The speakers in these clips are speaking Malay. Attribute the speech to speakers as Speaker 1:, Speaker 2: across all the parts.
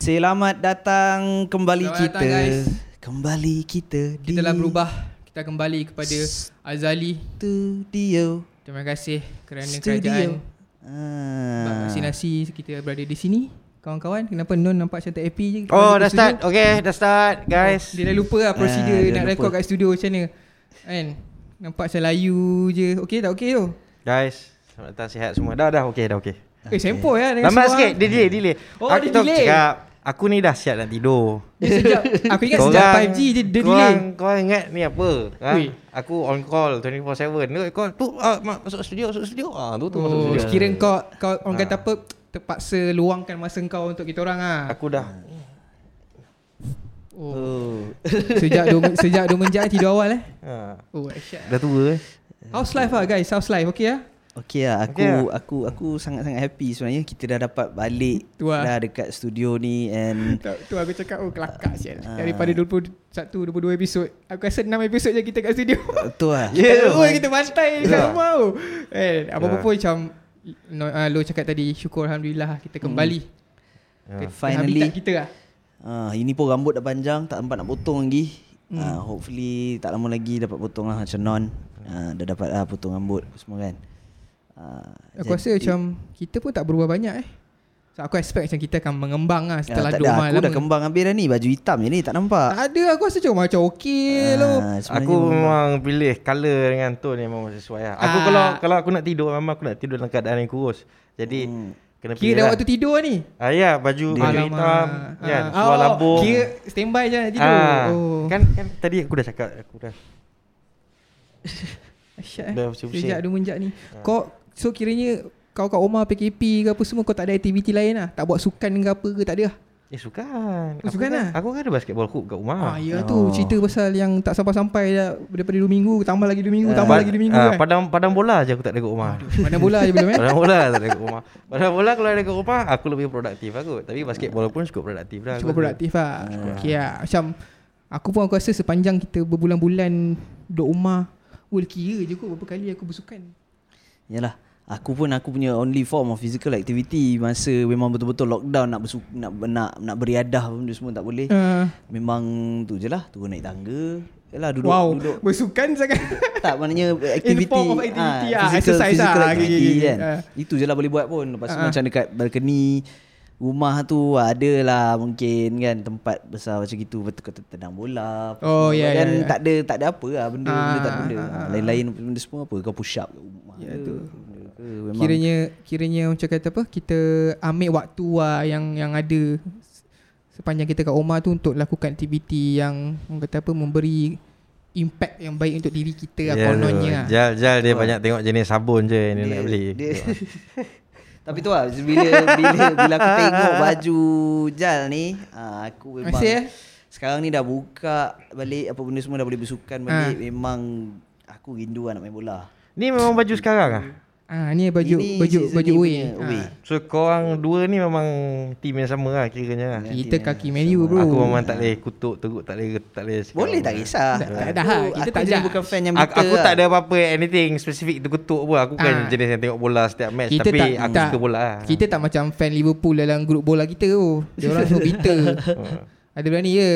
Speaker 1: Selamat datang kembali
Speaker 2: Selamat
Speaker 1: kita.
Speaker 2: datang, guys.
Speaker 1: Kembali kita.
Speaker 2: Kita telah berubah. Kita kembali kepada Azali.
Speaker 1: Studio.
Speaker 2: Terima kasih kerana Studio. kerajaan
Speaker 1: Studio.
Speaker 2: buat
Speaker 1: Ah.
Speaker 2: vaksinasi kita berada di sini. Kawan-kawan, kenapa Non nampak macam tak happy je? kita
Speaker 3: Oh
Speaker 2: balik
Speaker 3: dah
Speaker 2: ke studio?
Speaker 3: start Okay dah start guys
Speaker 2: Dia dah lupa lah prosedur
Speaker 1: Ah, dia
Speaker 2: nak
Speaker 1: lupa.
Speaker 2: rekod kat studio macam mana. Kan? Nampak macam layu je. Okey tak okey tu?
Speaker 3: Guys Selamat datang sihat semua Dah dah okay dah okay
Speaker 1: Ah,
Speaker 2: Eh, sempoi lah dengan
Speaker 3: Lambat
Speaker 2: suara.
Speaker 3: sikit Dia delay delay
Speaker 2: Oh,
Speaker 3: Aku
Speaker 2: dia
Speaker 3: tak
Speaker 2: delay.
Speaker 3: cakap Aku ni dah siap nak tidur
Speaker 2: Dia sejak, aku ingat sejak 5G dia, dia delay.
Speaker 3: korang, korang ingat ni apa ha?
Speaker 2: Weh.
Speaker 3: Aku on call 24-7 Dia Call tu ah, mak, Masuk studio Masuk studio ah, Tu Ah. tu masuk
Speaker 2: Oh,
Speaker 3: studio
Speaker 2: kira kau, kau orang kata apa, terpaksa luangkan masa kau untuk kita orang ah.
Speaker 3: Aku dah
Speaker 2: Oh,
Speaker 1: Oh.
Speaker 2: sejak dom, sejak domenjak tidur awal eh.
Speaker 3: ha,
Speaker 2: Oh, asyik.
Speaker 3: Dah tua eh
Speaker 2: How's life lah guys? How's life? Okay lah?
Speaker 1: Okey lah, aku,
Speaker 3: Okey
Speaker 1: okay
Speaker 3: lah.
Speaker 1: aku aku sangat-sangat happy sebenarnya kita dah dapat balik
Speaker 2: Tu lah.
Speaker 1: dah dekat studio ni and
Speaker 2: Tu, tu aku cakap, oh kelakar sial.
Speaker 1: Ah.
Speaker 2: Daripada 21, 22 episod. Aku rasa 6 episod je kita kat studio.
Speaker 1: tu lah.
Speaker 2: Yeah.
Speaker 3: Ya.
Speaker 2: Oh, kita bantai kat
Speaker 3: Ya.
Speaker 2: rumah tu. Eh, apa-apa
Speaker 3: Ya.
Speaker 2: pun macam no, uh, Lo cakap tadi, syukur Alhamdulillah kita kembali. Ke, ke
Speaker 1: Hmm. Ah, Finally.
Speaker 2: habitat kita lah.
Speaker 1: Ah, ini pun rambut dah panjang, tak sempat nak potong lagi. Hmm. Ah, hopefully tak lama lagi dapat potong lah macam non. Ah, dah dapat lah potong rambut apa semua kan. Ah,
Speaker 2: Aku rasa macam kita pun tak berubah banyak eh. So aku expect macam kita akan mengembang lah setelah
Speaker 1: ah, tak
Speaker 2: duduk
Speaker 1: dah,
Speaker 2: rumah
Speaker 1: aku dah kembang habis dah ni baju hitam je ni tak nampak.
Speaker 2: tak ada aku rasa cuma macam
Speaker 1: Ah,
Speaker 2: okey lo.
Speaker 1: sebenarnya
Speaker 3: Aku
Speaker 1: memang-
Speaker 3: memang pilih colour dengan tone yang memang sesuai lah. Aku
Speaker 2: Ah.
Speaker 3: kalau kalau aku nak tidur memang aku nak tidur dalam keadaan yang kurus. Jadi kena pilih.
Speaker 2: Hmm. Kira dah
Speaker 3: lah.
Speaker 2: waktu tidur lah ni.
Speaker 3: Ah ya, baju baju
Speaker 2: Alamak.
Speaker 3: hitam, kan,
Speaker 2: Ah,
Speaker 3: seluar
Speaker 2: oh,
Speaker 3: labung.
Speaker 2: Kira standby je nak tidur.
Speaker 3: Ah,
Speaker 2: Oh.
Speaker 3: Kan kan tadi aku dah cakap aku dah.
Speaker 2: Asyik eh.
Speaker 3: Dah Ah. pusing-pusing.
Speaker 2: Sejak dia menjak ni. Kau so kiranya kau kat rumah PKP ke apa semua kau tak ada aktiviti lain lah. Tak buat sukan ke apa ke tak ada. lah?
Speaker 3: Eh sukan.
Speaker 2: Oh,
Speaker 3: Aku
Speaker 2: sukan
Speaker 3: kan-
Speaker 2: lah.
Speaker 3: Aku kan ada basketball hoop
Speaker 2: Ah, ah
Speaker 3: kat rumah.
Speaker 2: ya tu cerita pasal yang tak sampai-sampai dah daripada 2 minggu tambah lagi 2 minggu, tambah
Speaker 3: Pad-
Speaker 2: lagi 2 minggu
Speaker 3: ah,
Speaker 2: kan.
Speaker 3: Padang padang bola je aku tak ada kat rumah.
Speaker 2: Mana bola je belum eh?
Speaker 3: Padang bola tak ada kat rumah. Padang bola kalau ada kat rumah aku lebih produktif aku. Tapi basketball pun cukup produktif dah.
Speaker 2: Cukup
Speaker 3: aku.
Speaker 2: produktif
Speaker 3: Ah.
Speaker 2: lah. Okey lah. Macam aku pun aku rasa sepanjang kita berbulan-bulan duduk rumah, Well kira je kot berapa kali aku bersukan.
Speaker 1: Yalah Aku pun aku punya only form of physical activity masa memang betul-betul lockdown nak bersu, nak nak nak beriadah benda semua tak boleh.
Speaker 2: Uh,
Speaker 1: Memang tu je lah turun naik tangga. Yalah duduk
Speaker 2: wow,
Speaker 1: duduk.
Speaker 2: bersukan sangat.
Speaker 1: Tak maknanya
Speaker 2: In
Speaker 1: aktiviti
Speaker 2: the form of activity
Speaker 1: ah,
Speaker 2: lah,
Speaker 1: physical,
Speaker 2: exercise
Speaker 1: physical
Speaker 2: lah.
Speaker 1: activity
Speaker 2: Okay, okay,
Speaker 1: kan.
Speaker 2: okay. Ah.
Speaker 1: Itu je lah boleh buat pun. Lepas tu
Speaker 2: Ah.
Speaker 1: macam dekat balcony rumah tu ada lah mungkin kan tempat besar macam gitu betul kata tendang bola apa
Speaker 2: Oh,
Speaker 1: semua
Speaker 2: ya,
Speaker 1: kan
Speaker 2: ya, ya.
Speaker 1: tak ada tak ada apa lah benda, benda tak
Speaker 2: Ah,
Speaker 1: benda
Speaker 2: ah, ah.
Speaker 1: lain-lain benda semua apa kau push up kat rumah
Speaker 2: Ya,
Speaker 1: ke,
Speaker 2: tu.
Speaker 1: benda ke, memang
Speaker 2: Kiranya kiranya macam kata apa kita ambil waktu lah yang yang ada sepanjang kita kat rumah tu untuk lakukan aktiviti yang orang kata apa memberi impact yang baik untuk diri kita lah
Speaker 3: Ya,
Speaker 2: kononnya.
Speaker 3: tu.
Speaker 2: lah.
Speaker 3: Jal jal dia banyak tengok jenis sabun je yang dia,
Speaker 1: Dia-
Speaker 3: nak beli.
Speaker 1: dia- Tapi tu lah bila bila bila aku tengok baju Jal ni, ah, aku memang
Speaker 2: Masih, eh?
Speaker 1: sekarang ni dah buka balik apa benda semua dah boleh
Speaker 2: Ah.
Speaker 1: bersukan balik memang aku rindu lah nak main bola.
Speaker 3: Ni memang baju sekarang ah.
Speaker 2: Ah ni baju
Speaker 1: Ini
Speaker 2: baju
Speaker 1: season
Speaker 2: baju
Speaker 1: ni
Speaker 2: away.
Speaker 1: punya away.
Speaker 2: Ah.
Speaker 3: So korang dua ni memang team yang sama lah kiranya lah.
Speaker 2: Kita kaki Man U bro.
Speaker 3: Aku memang tak boleh kutuk teruk tak boleh tak boleh cakap.
Speaker 1: Boleh tak kisah.
Speaker 2: Tak- tak
Speaker 1: Aku-
Speaker 2: dah lah, kita
Speaker 1: aku
Speaker 2: tak
Speaker 1: jenis
Speaker 2: judge.
Speaker 1: bukan fan yang
Speaker 3: Aku,
Speaker 1: bitter.
Speaker 3: aku tak ada
Speaker 1: lah.
Speaker 3: apa-apa anything specific terkutuk pun. Aku
Speaker 2: Ah.
Speaker 3: kan jenis yang tengok bola setiap match
Speaker 2: Kita
Speaker 3: tapi
Speaker 2: tak-
Speaker 3: aku
Speaker 2: tak-
Speaker 3: suka bola lah.
Speaker 2: Kita tak macam fan Liverpool dalam grup bola kita tu. Dia orang semua bitter.
Speaker 3: Oh.
Speaker 2: Ada berani je.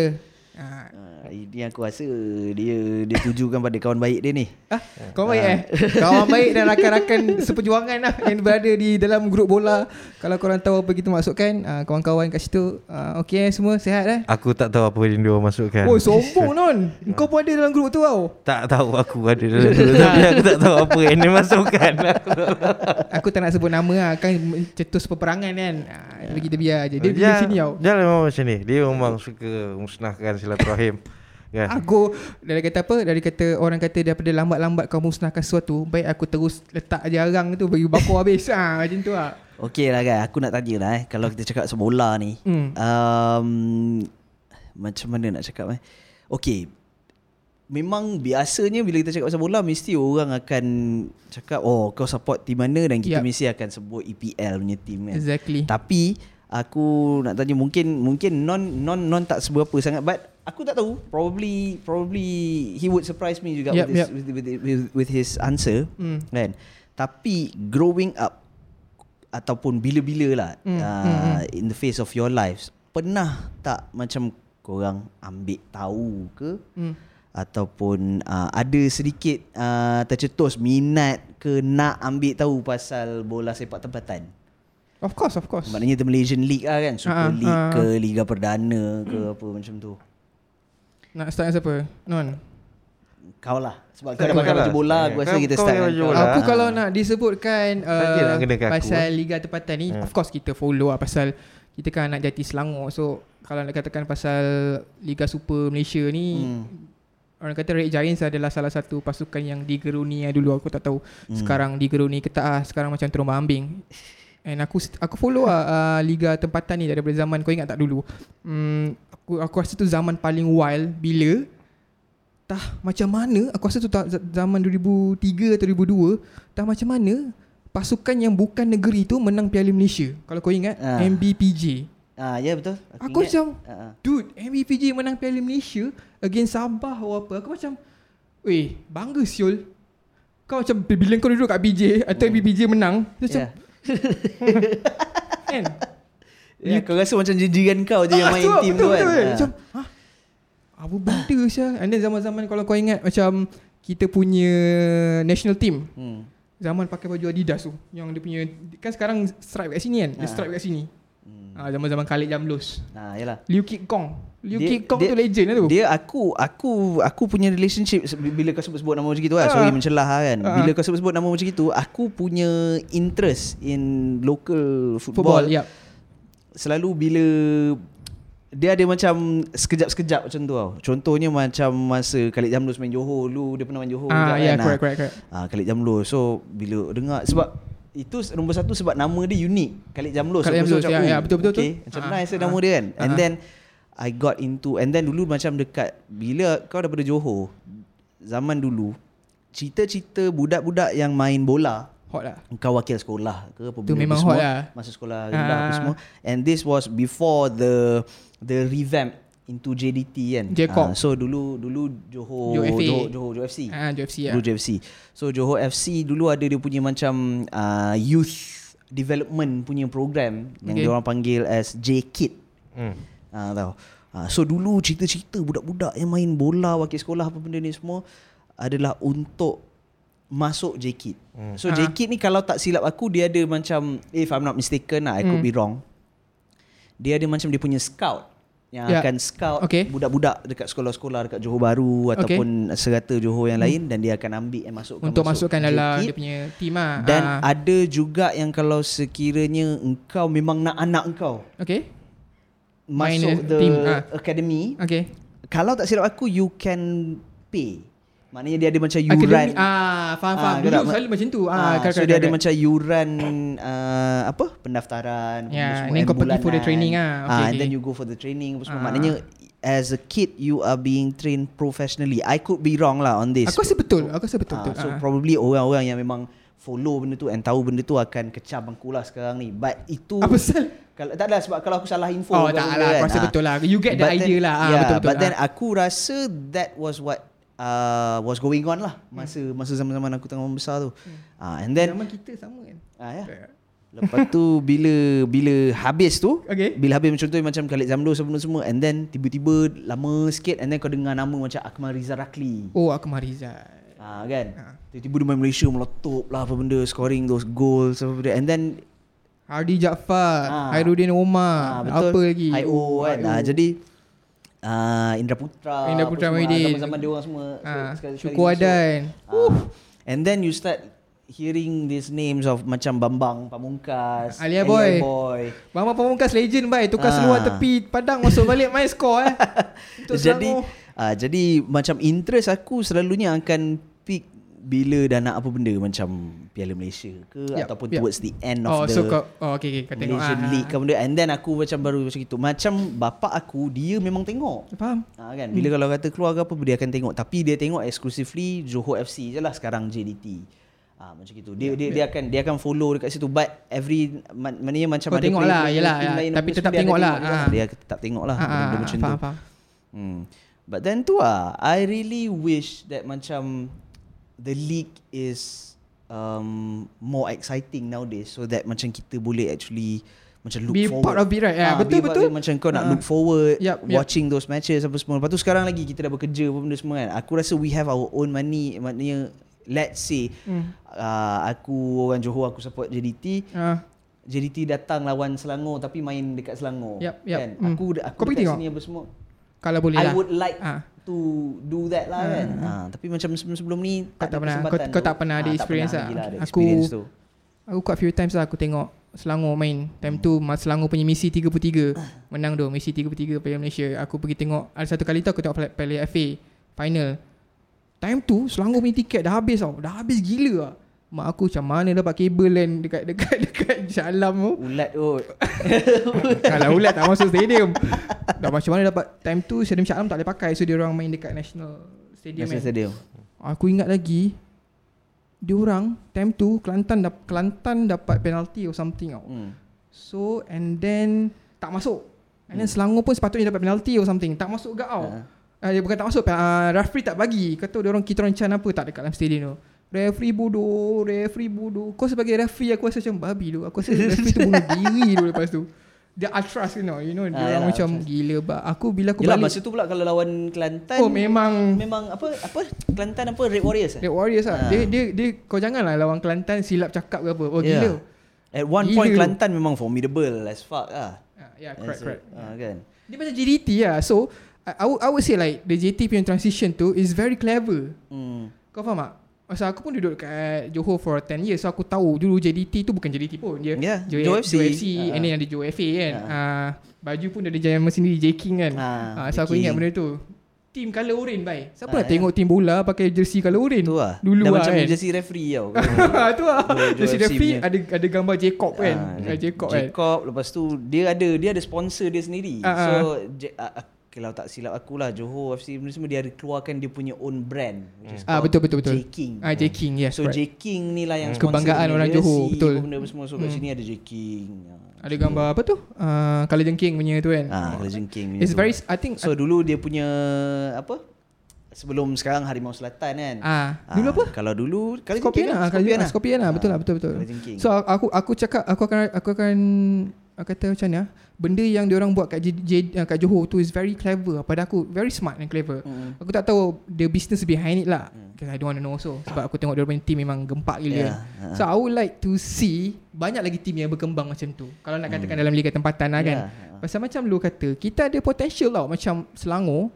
Speaker 2: Ah,
Speaker 1: Ah, ini yang aku rasa dia dia tujukan pada kawan baik dia ni.
Speaker 2: Ah, kau baik eh. Kawan baik dan rakan-rakan seperjuangan lah yang berada di dalam grup bola. Kalau korang tahu apa kita maksudkan, ah, kawan-kawan kat situ, ah, okey eh semua sihat eh.
Speaker 3: Aku tak tahu apa yang dia masukkan.
Speaker 2: Oh, sombong non. Kau pun ada dalam grup tu tau.
Speaker 3: tak tahu aku ada dalam tu tapi aku tak tahu apa yang dia masukkan.
Speaker 2: Aku tak nak sebut nama lah. Kan cetus peperangan kan. Ah, lagi dia biar je. Dia bila
Speaker 3: Jal-
Speaker 2: sini tau.
Speaker 3: Jal memang macam ni. Dia memang suka musnahkan silaturahim. kan.
Speaker 2: Aku dari kata apa? Dari kata orang kata daripada lambat-lambat kau musnahkan sesuatu, baik aku terus letak je arang tu bagi bakar habis. Ah, macam tu lah.
Speaker 1: Okey lah guys, aku nak tanya lah eh Kalau kita cakap pasal bola ni
Speaker 2: Hmm.
Speaker 1: um, Macam mana nak cakap eh Okey Memang biasanya bila kita cakap pasal bola Mesti orang akan cakap Oh kau support tim mana Dan kita
Speaker 2: Yup.
Speaker 1: yep. mesti akan sebut EPL punya tim kan
Speaker 2: Exactly.
Speaker 1: Tapi Aku nak tanya mungkin Mungkin non non non tak seberapa sangat But aku tak tahu Probably Probably He would surprise me juga
Speaker 2: Yup,
Speaker 1: with, his,
Speaker 2: yup.
Speaker 1: with, with, with, with his answer
Speaker 2: Hmm.
Speaker 1: kan tapi
Speaker 2: Hmm,
Speaker 1: growing up ataupun bila-bila lah uh, in the face of your lives pernah tak macam korang ambil tahu ke
Speaker 2: Hmm.
Speaker 1: ataupun uh, ada sedikit uh, tercetus minat ke nak ambil tahu pasal bola sepak tempatan?
Speaker 2: Of course, of course.
Speaker 1: Maknanya the Malaysian League lah kan Super
Speaker 2: Ah,
Speaker 1: League
Speaker 2: ah.
Speaker 1: ke Liga Perdana ke apa macam tu
Speaker 2: Nak start dengan siapa? Non.
Speaker 1: Kau lah Sebab kau
Speaker 3: Saya
Speaker 1: dah pakai
Speaker 3: lah.
Speaker 1: baju bola
Speaker 3: Saya.
Speaker 1: Aku rasa
Speaker 3: Kau-
Speaker 1: kita
Speaker 3: kau
Speaker 1: start
Speaker 3: pakai
Speaker 1: dengan
Speaker 3: baju
Speaker 1: kau
Speaker 3: bola.
Speaker 1: lah.
Speaker 2: Aku kalau nak disebutkan
Speaker 3: Saja
Speaker 2: uh,
Speaker 3: nak kena kaku,
Speaker 2: pasal Liga Tempatan ni, of course kita follow lah pasal kita kan anak jati Selangor. So kalau nak katakan pasal Liga Super Malaysia ni,
Speaker 1: Hmm.
Speaker 2: orang kata Red Giants adalah salah satu pasukan yang digeruni yang dulu aku tak tahu.
Speaker 1: Hmm.
Speaker 2: Sekarang digeruni ke tak ah, sekarang macam terombang ambing. And aku st- aku follow lah uh, Liga Tempatan ni daripada zaman kau ingat tak dulu. Hmm, aku aku rasa tu zaman paling wild bila Tah macam mana Aku rasa tu ta- za- zaman 2003 atau 2002 Tah macam mana Pasukan yang bukan negeri tu Menang Piala Malaysia Kalau kau ingat
Speaker 1: Ah.
Speaker 2: MBPJ
Speaker 1: Ah, ya betul
Speaker 2: Aku
Speaker 1: ingat.
Speaker 2: macam
Speaker 1: Ah, ah.
Speaker 2: Dude MBPJ menang Piala Malaysia Against Sabah atau apa Aku macam Weh bangga siul Kau macam Bila kau duduk kat PJ Atau
Speaker 1: Hmm.
Speaker 2: MBPJ menang Terus macam
Speaker 1: Ya.
Speaker 2: Kan
Speaker 1: Ya, kau rasa macam jijikan kau je Oh, yang
Speaker 2: Ah,
Speaker 1: main
Speaker 2: tu lah,
Speaker 1: team
Speaker 2: betul,
Speaker 1: tu kan.
Speaker 2: betul, betul.
Speaker 1: Ah.
Speaker 2: Macam ha? Apa benda Syah And then zaman-zaman Kalau kau ingat macam Kita punya National team
Speaker 1: Hmm.
Speaker 2: Zaman pakai baju Adidas tu Yang dia punya Kan sekarang stripe kat sini kan Dia
Speaker 1: Ah. Hmm.
Speaker 2: stripe kat sini Ah, Zaman-zaman Khalid Jamlos
Speaker 1: Nah, Ah, yalah.
Speaker 2: Liu Kit Kong Liu
Speaker 1: Dia-
Speaker 2: Kit Kong
Speaker 1: dia-
Speaker 2: tu legend lah tu
Speaker 1: Dia aku aku aku punya relationship se- bila kau sebut-sebut nama macam gitu lah.
Speaker 2: Ah.
Speaker 1: Sorry mencelah lah kan.
Speaker 2: Ah.
Speaker 1: Bila kau sebut-sebut nama macam gitu, aku punya interest in local
Speaker 2: Football
Speaker 1: football.
Speaker 2: ya. yep.
Speaker 1: Selalu bila dia ada macam sekejap-sekejap macam tu tau. Contohnya macam masa Khalid Jamlus main Johor dulu, dia pernah main Johor juga
Speaker 2: ah, yeah,
Speaker 1: kan.
Speaker 2: correct, correct, correct.
Speaker 1: Ah Khalid Jamlos. So bila dengar sebab itu s- nombor satu sebab nama dia unik. Khalid Jamlos.
Speaker 2: Khalid
Speaker 1: Aku rasa
Speaker 2: Jamlos, ya,
Speaker 1: "Oh,
Speaker 2: ya, betul, betul,
Speaker 1: okay.
Speaker 2: betul."
Speaker 1: Macam
Speaker 2: Ah,
Speaker 1: nice uh,
Speaker 2: ah,
Speaker 1: nama dia kan. And
Speaker 2: ah.
Speaker 1: then I got into and then dulu macam dekat bila kau daripada Johor zaman dulu cerita-cerita budak-budak yang main bola
Speaker 2: Hot lah
Speaker 1: kau wakil sekolah ke apa
Speaker 2: Tu
Speaker 1: benda
Speaker 2: memang
Speaker 1: semua,
Speaker 2: hot lah.
Speaker 1: masa sekolah rendah apa
Speaker 2: Ah.
Speaker 1: semua and this was before the the revamp into JDT kan
Speaker 2: JCOP.
Speaker 1: Ah, so dulu dulu Johor
Speaker 2: UFA.
Speaker 1: Johor, Johor, Johor FC
Speaker 2: ah, UFC lah
Speaker 1: Blue Johor FC. So Johor FC dulu ada dia punya macam uh, youth development punya program okay. yang
Speaker 2: Okay.
Speaker 1: dia orang panggil as J-Kid.
Speaker 3: Hmm.
Speaker 1: Ah tahu. Ah, so dulu cerita-cerita budak-budak yang main bola wakil sekolah apa benda ni semua adalah untuk masuk J-Kid. Hmm. So
Speaker 2: Ah.
Speaker 1: J-Kid ni kalau tak silap aku dia ada macam if I'm not mistaken lah, I
Speaker 2: Hmm.
Speaker 1: could be wrong. Dia ada macam dia punya scout yang
Speaker 2: Ya.
Speaker 1: yeah. akan scout
Speaker 2: Okay.
Speaker 1: budak-budak dekat sekolah-sekolah dekat Johor Bahru
Speaker 2: Okay.
Speaker 1: ataupun serata Johor yang lain dan dia akan ambil dan masukkan
Speaker 2: Hmm. Untuk masukkan dalam
Speaker 1: JKID.
Speaker 2: Dia punya team lah
Speaker 1: dan
Speaker 2: Ah.
Speaker 1: ada juga yang kalau sekiranya engkau memang nak anak engkau
Speaker 2: Okay Main
Speaker 1: masuk
Speaker 2: dengan
Speaker 1: the
Speaker 2: team,
Speaker 1: team,
Speaker 2: ah.
Speaker 1: academy
Speaker 2: Okay
Speaker 1: kalau tak silap aku you can pay maknanya dia ada macam
Speaker 2: Academy-
Speaker 1: yuran
Speaker 2: ah faham faham
Speaker 1: Ah,
Speaker 2: dulu
Speaker 1: gerak-
Speaker 2: selalu macam tu
Speaker 1: Ah,
Speaker 2: ah, correct,
Speaker 1: so
Speaker 2: correct,
Speaker 1: dia ada
Speaker 2: correct.
Speaker 1: macam yuran uh, apa pendaftaran apa benda
Speaker 2: Ya, and then
Speaker 1: and
Speaker 2: kau pergi for the
Speaker 1: bulanan.
Speaker 2: training ah. Okay,
Speaker 1: ah, and
Speaker 2: okay.
Speaker 1: then you go for the training apa semua.
Speaker 2: Ah.
Speaker 1: Maknanya as a kid you are being trained professionally. I could be wrong lah on this.
Speaker 2: aku rasa betul aku rasa betul
Speaker 1: Ah,
Speaker 2: betul
Speaker 1: so
Speaker 2: Ah.
Speaker 1: probably orang-orang yang memang follow benda tu and tahu benda tu akan kecah bangku lah sekarang ni. But itu
Speaker 2: apa sel
Speaker 1: kalau tak ada sebab kalau aku salah info
Speaker 2: Oh,
Speaker 1: ke
Speaker 2: tak
Speaker 1: apa
Speaker 2: lah.
Speaker 1: kan.
Speaker 2: Aku rasa
Speaker 1: Ah.
Speaker 2: betul lah. You get the
Speaker 1: But
Speaker 2: idea
Speaker 1: then-
Speaker 2: lah. Ah,
Speaker 1: yeah,
Speaker 2: betul-betul.
Speaker 1: But then
Speaker 2: Ah.
Speaker 1: aku rasa that was what uh, was going on lah masa masa zaman-zaman aku tengah membesar tu.
Speaker 2: Hmm.
Speaker 1: Ah and then
Speaker 2: Nama kita sama kan.
Speaker 1: ah ya. Lepas tu bila bila habis tu
Speaker 2: Okay.
Speaker 1: Bila habis macam tu macam Khalid Zamdo semua semua and then tiba-tiba lama sikit and then kau dengar nama macam Akmal Rizal Rakli.
Speaker 2: Oh, aku Mariza.
Speaker 1: Ah kan. Tiba-tiba dia main Malaysia meletup lah apa benda scoring those goals apa benda and then
Speaker 2: Hardy Jaafar,
Speaker 1: Ah.
Speaker 2: Hairudin
Speaker 1: Ah,
Speaker 2: Omar,
Speaker 1: betul.
Speaker 2: apa lagi?
Speaker 1: IO kan. Ah, jadi ah, Indra Putra.
Speaker 2: Indra
Speaker 1: apa
Speaker 2: Putra
Speaker 1: semua,
Speaker 2: Muhyiddin.
Speaker 1: Zaman-zaman dia orang semua.
Speaker 2: Ah,
Speaker 1: sekali- sekali
Speaker 2: Syukur
Speaker 1: masuk.
Speaker 2: Adan.
Speaker 1: Ah. And then you start hearing these names of macam Bambang Pamungkas,
Speaker 2: Alia
Speaker 1: Ali
Speaker 2: Boy.
Speaker 1: Boy.
Speaker 2: Mama Pamungkas legend baik. Tukar
Speaker 1: Ah.
Speaker 2: seluar tepi padang masuk balik main skor eh. Untuk
Speaker 1: jadi
Speaker 2: Selangor.
Speaker 1: ah, jadi macam interest aku selalunya akan pick bila dah nak apa benda macam Piala Malaysia ke
Speaker 2: Yup,
Speaker 1: ataupun
Speaker 2: yup.
Speaker 1: towards the end
Speaker 2: Oh,
Speaker 1: of the
Speaker 2: so kau oh, okay, okay, kau tengok.
Speaker 1: Malaysian
Speaker 2: Ah,
Speaker 1: League ke benda and then aku macam baru macam gitu macam bapa aku dia memang tengok
Speaker 2: ah. Faham?
Speaker 1: Ha, kan bila kalau kata keluar ke apa dia akan tengok tapi dia tengok exclusively Johor FC je lah sekarang JDT. Ha, macam gitu.
Speaker 2: Ya,
Speaker 1: Dia dia dia akan dia akan follow dekat situ but every man- maknanya macam
Speaker 2: Kau tengok lah,
Speaker 1: player-
Speaker 2: yelah,
Speaker 1: player
Speaker 2: yelah.
Speaker 1: lain
Speaker 2: Tapi
Speaker 1: apa
Speaker 2: tetap
Speaker 1: semua, dia
Speaker 2: tengok
Speaker 1: akan
Speaker 2: lah.
Speaker 1: juga.
Speaker 2: Ah.
Speaker 1: Dia akan tetap tengok lah
Speaker 2: Ah, ah,
Speaker 1: benda-benda macam
Speaker 2: faham,
Speaker 1: tu.
Speaker 2: faham.
Speaker 1: Hmm. But then tu lah I really wish that macam the league is um more exciting nowadays so that macam kita boleh actually macam look
Speaker 2: Be
Speaker 1: forward.
Speaker 2: part of it right yeah,
Speaker 1: Ah, be
Speaker 2: Betul
Speaker 1: part
Speaker 2: betul
Speaker 1: of it, Macam kau nak
Speaker 2: Ah.
Speaker 1: look forward
Speaker 2: Yup, yup.
Speaker 1: Watching those matches Apa semua Lepas tu sekarang lagi Kita dah bekerja apa benda semua kan Aku rasa we have our own money Maknanya Let's say
Speaker 2: Hmm.
Speaker 1: uh, Aku orang Johor Aku support JDT
Speaker 2: Ah,
Speaker 1: JDT datang lawan Selangor Tapi main dekat Selangor
Speaker 2: Yup, yup.
Speaker 1: kan?
Speaker 2: Hmm.
Speaker 1: Aku, aku
Speaker 2: Kau pergi
Speaker 1: dekat
Speaker 2: tengok?
Speaker 1: sini apa semua
Speaker 2: Kalau boleh
Speaker 1: I
Speaker 2: lah
Speaker 1: would like
Speaker 2: Ah. Hmm,
Speaker 1: to do that lah kan. Ha, tapi macam sebelum-sebelum ni
Speaker 2: Kau tak
Speaker 1: ada
Speaker 2: pernah-
Speaker 1: kesempatan
Speaker 2: kau- kau
Speaker 1: tu.
Speaker 2: tak pernah ada
Speaker 1: Ah,
Speaker 2: experience
Speaker 1: tak pernah
Speaker 2: lah.
Speaker 1: lagi ada
Speaker 2: Aku-
Speaker 1: experience tu.
Speaker 2: Aku kat few times lah aku tengok Selangor main Time tu Mas Selangor punya Messi 33 Menang tu Messi 33 Piala Malaysia Aku pergi tengok Ada satu kali tu aku tengok Piala- Piala FA Final Time tu Selangor punya tiket dah habis tau Dah habis gila lah Mak aku macam mana dapat kabel kan Dekat dekat dekat Jalam tu
Speaker 1: Ulat oh.
Speaker 2: Kalau ulat tak masuk stadium Dah macam mana dapat Time tu Stadium Shah Alam tak boleh pakai So dia orang main dekat National Stadium
Speaker 1: National
Speaker 2: kan
Speaker 1: Stadium.
Speaker 2: Aku ingat lagi dia orang time tu Kelantan dap, Kelantan dapat penalty or something tau.
Speaker 1: Hmm.
Speaker 2: So and then tak masuk. And
Speaker 1: Hmm.
Speaker 2: then Selangor pun sepatutnya dapat penalty or something. Tak masuk gak tau.
Speaker 1: Ha.
Speaker 2: Uh, dia bukan tak masuk. Uh, referee tak bagi. Kata dia orang kita orang can apa tak dekat dalam stadium tu. Referee bodoh, referee bodoh. Kau sebagai referee aku rasa macam babi tu. Aku rasa referee tu bunuh diri tu lepas tu. Dia atras you know, you know dia
Speaker 1: Ah, yalah,
Speaker 2: orang macam
Speaker 1: Ultras.
Speaker 2: gila bak. Aku bila aku
Speaker 1: Yelah,
Speaker 2: balik
Speaker 1: masa tu pula kalau lawan Kelantan
Speaker 2: Oh memang
Speaker 1: memang apa apa Kelantan apa Red Warriors eh?
Speaker 2: Red Warriors lah.
Speaker 1: Ha.
Speaker 2: Dia dia dia kau janganlah lawan Kelantan silap cakap ke apa. Oh
Speaker 1: Yeah.
Speaker 2: gila.
Speaker 1: At one
Speaker 2: Gila.
Speaker 1: point Kelantan memang formidable as fuck ah.
Speaker 2: Ya, yeah, correct
Speaker 1: As a-
Speaker 2: correct.
Speaker 1: ah, kan.
Speaker 2: Dia macam JDT lah. So I, I, would, I would say like the JT punya transition tu is very clever.
Speaker 1: Hmm.
Speaker 2: Kau faham tak? Masa aku pun duduk kat Johor for 10 years so aku tahu dulu JDT tu bukan JDT pun dia
Speaker 1: Yeah, Johor
Speaker 2: Johor FC,
Speaker 1: FC.
Speaker 2: and then ada Johor FA kan.
Speaker 1: Ah.
Speaker 2: Ah baju pun dari Jayama sendiri J King kan.
Speaker 1: Ah,
Speaker 2: Ah,
Speaker 1: J.
Speaker 2: so aku
Speaker 1: King.
Speaker 2: ingat benda tu. Team colour orange bai. Siapa
Speaker 1: Ah,
Speaker 2: nak
Speaker 1: ya.
Speaker 2: tengok tim bola pakai jersey colour orange?
Speaker 1: Tu lah.
Speaker 2: Dulu
Speaker 1: Dah
Speaker 2: lah
Speaker 1: macam
Speaker 2: kan.
Speaker 1: jersey referee tau.
Speaker 2: tu lah
Speaker 1: Dua- dua
Speaker 2: Jersey
Speaker 1: FC
Speaker 2: referee
Speaker 1: punya.
Speaker 2: ada ada gambar Jacob kan
Speaker 1: Ah,
Speaker 2: uh, Jacob kan
Speaker 1: Jacob lepas tu dia ada dia ada sponsor dia sendiri.
Speaker 2: Ah,
Speaker 1: so J- ah, ah, kalau tak silap aku lah Johor FC benda semua dia ada keluarkan dia punya own brand which is
Speaker 2: Ah
Speaker 1: called
Speaker 2: betul betul betul.
Speaker 1: J King.
Speaker 2: Ah J King yes.
Speaker 1: so
Speaker 2: So right.
Speaker 1: J King ni lah yang
Speaker 2: Hmm.
Speaker 1: sponsor
Speaker 2: Kebanggaan
Speaker 1: dia,
Speaker 2: orang
Speaker 1: jersey,
Speaker 2: Johor, betul. Hmm.
Speaker 1: apa Benda apa semua so kat sini ada J King.
Speaker 2: ada gambar apa tu? Ah Kala Jengking punya tu kan.
Speaker 1: Ah, ada J King. punya
Speaker 2: It's
Speaker 1: tu.
Speaker 2: very I think
Speaker 1: So dulu dia punya apa? Sebelum sekarang Harimau Selatan kan.
Speaker 2: ah dulu apa?
Speaker 1: Kalau dulu Kali
Speaker 2: Scorpion lah Scorpion lah Scorpion lah Betul lah betul betul
Speaker 1: Kala Ah, Jengking.
Speaker 2: So aku aku cakap Aku akan Aku akan aku kata macam mana Benda yang diorang buat kat, J, J, ah, kat Johor tu Is very clever Pada aku Very smart and clever
Speaker 1: Mm.
Speaker 2: Aku tak tahu The business behind it lah Because I don't want to know also Sebab aku tengok diorang punya team Memang gempak gila
Speaker 1: Hmm. Yeah.
Speaker 2: yeah. So I would like to see Banyak lagi team yang berkembang macam tu Kalau nak katakan dalam Liga Tempatan lah kan
Speaker 1: Yeah.
Speaker 2: Pasal macam lu kata Kita ada potential tau Macam Selangor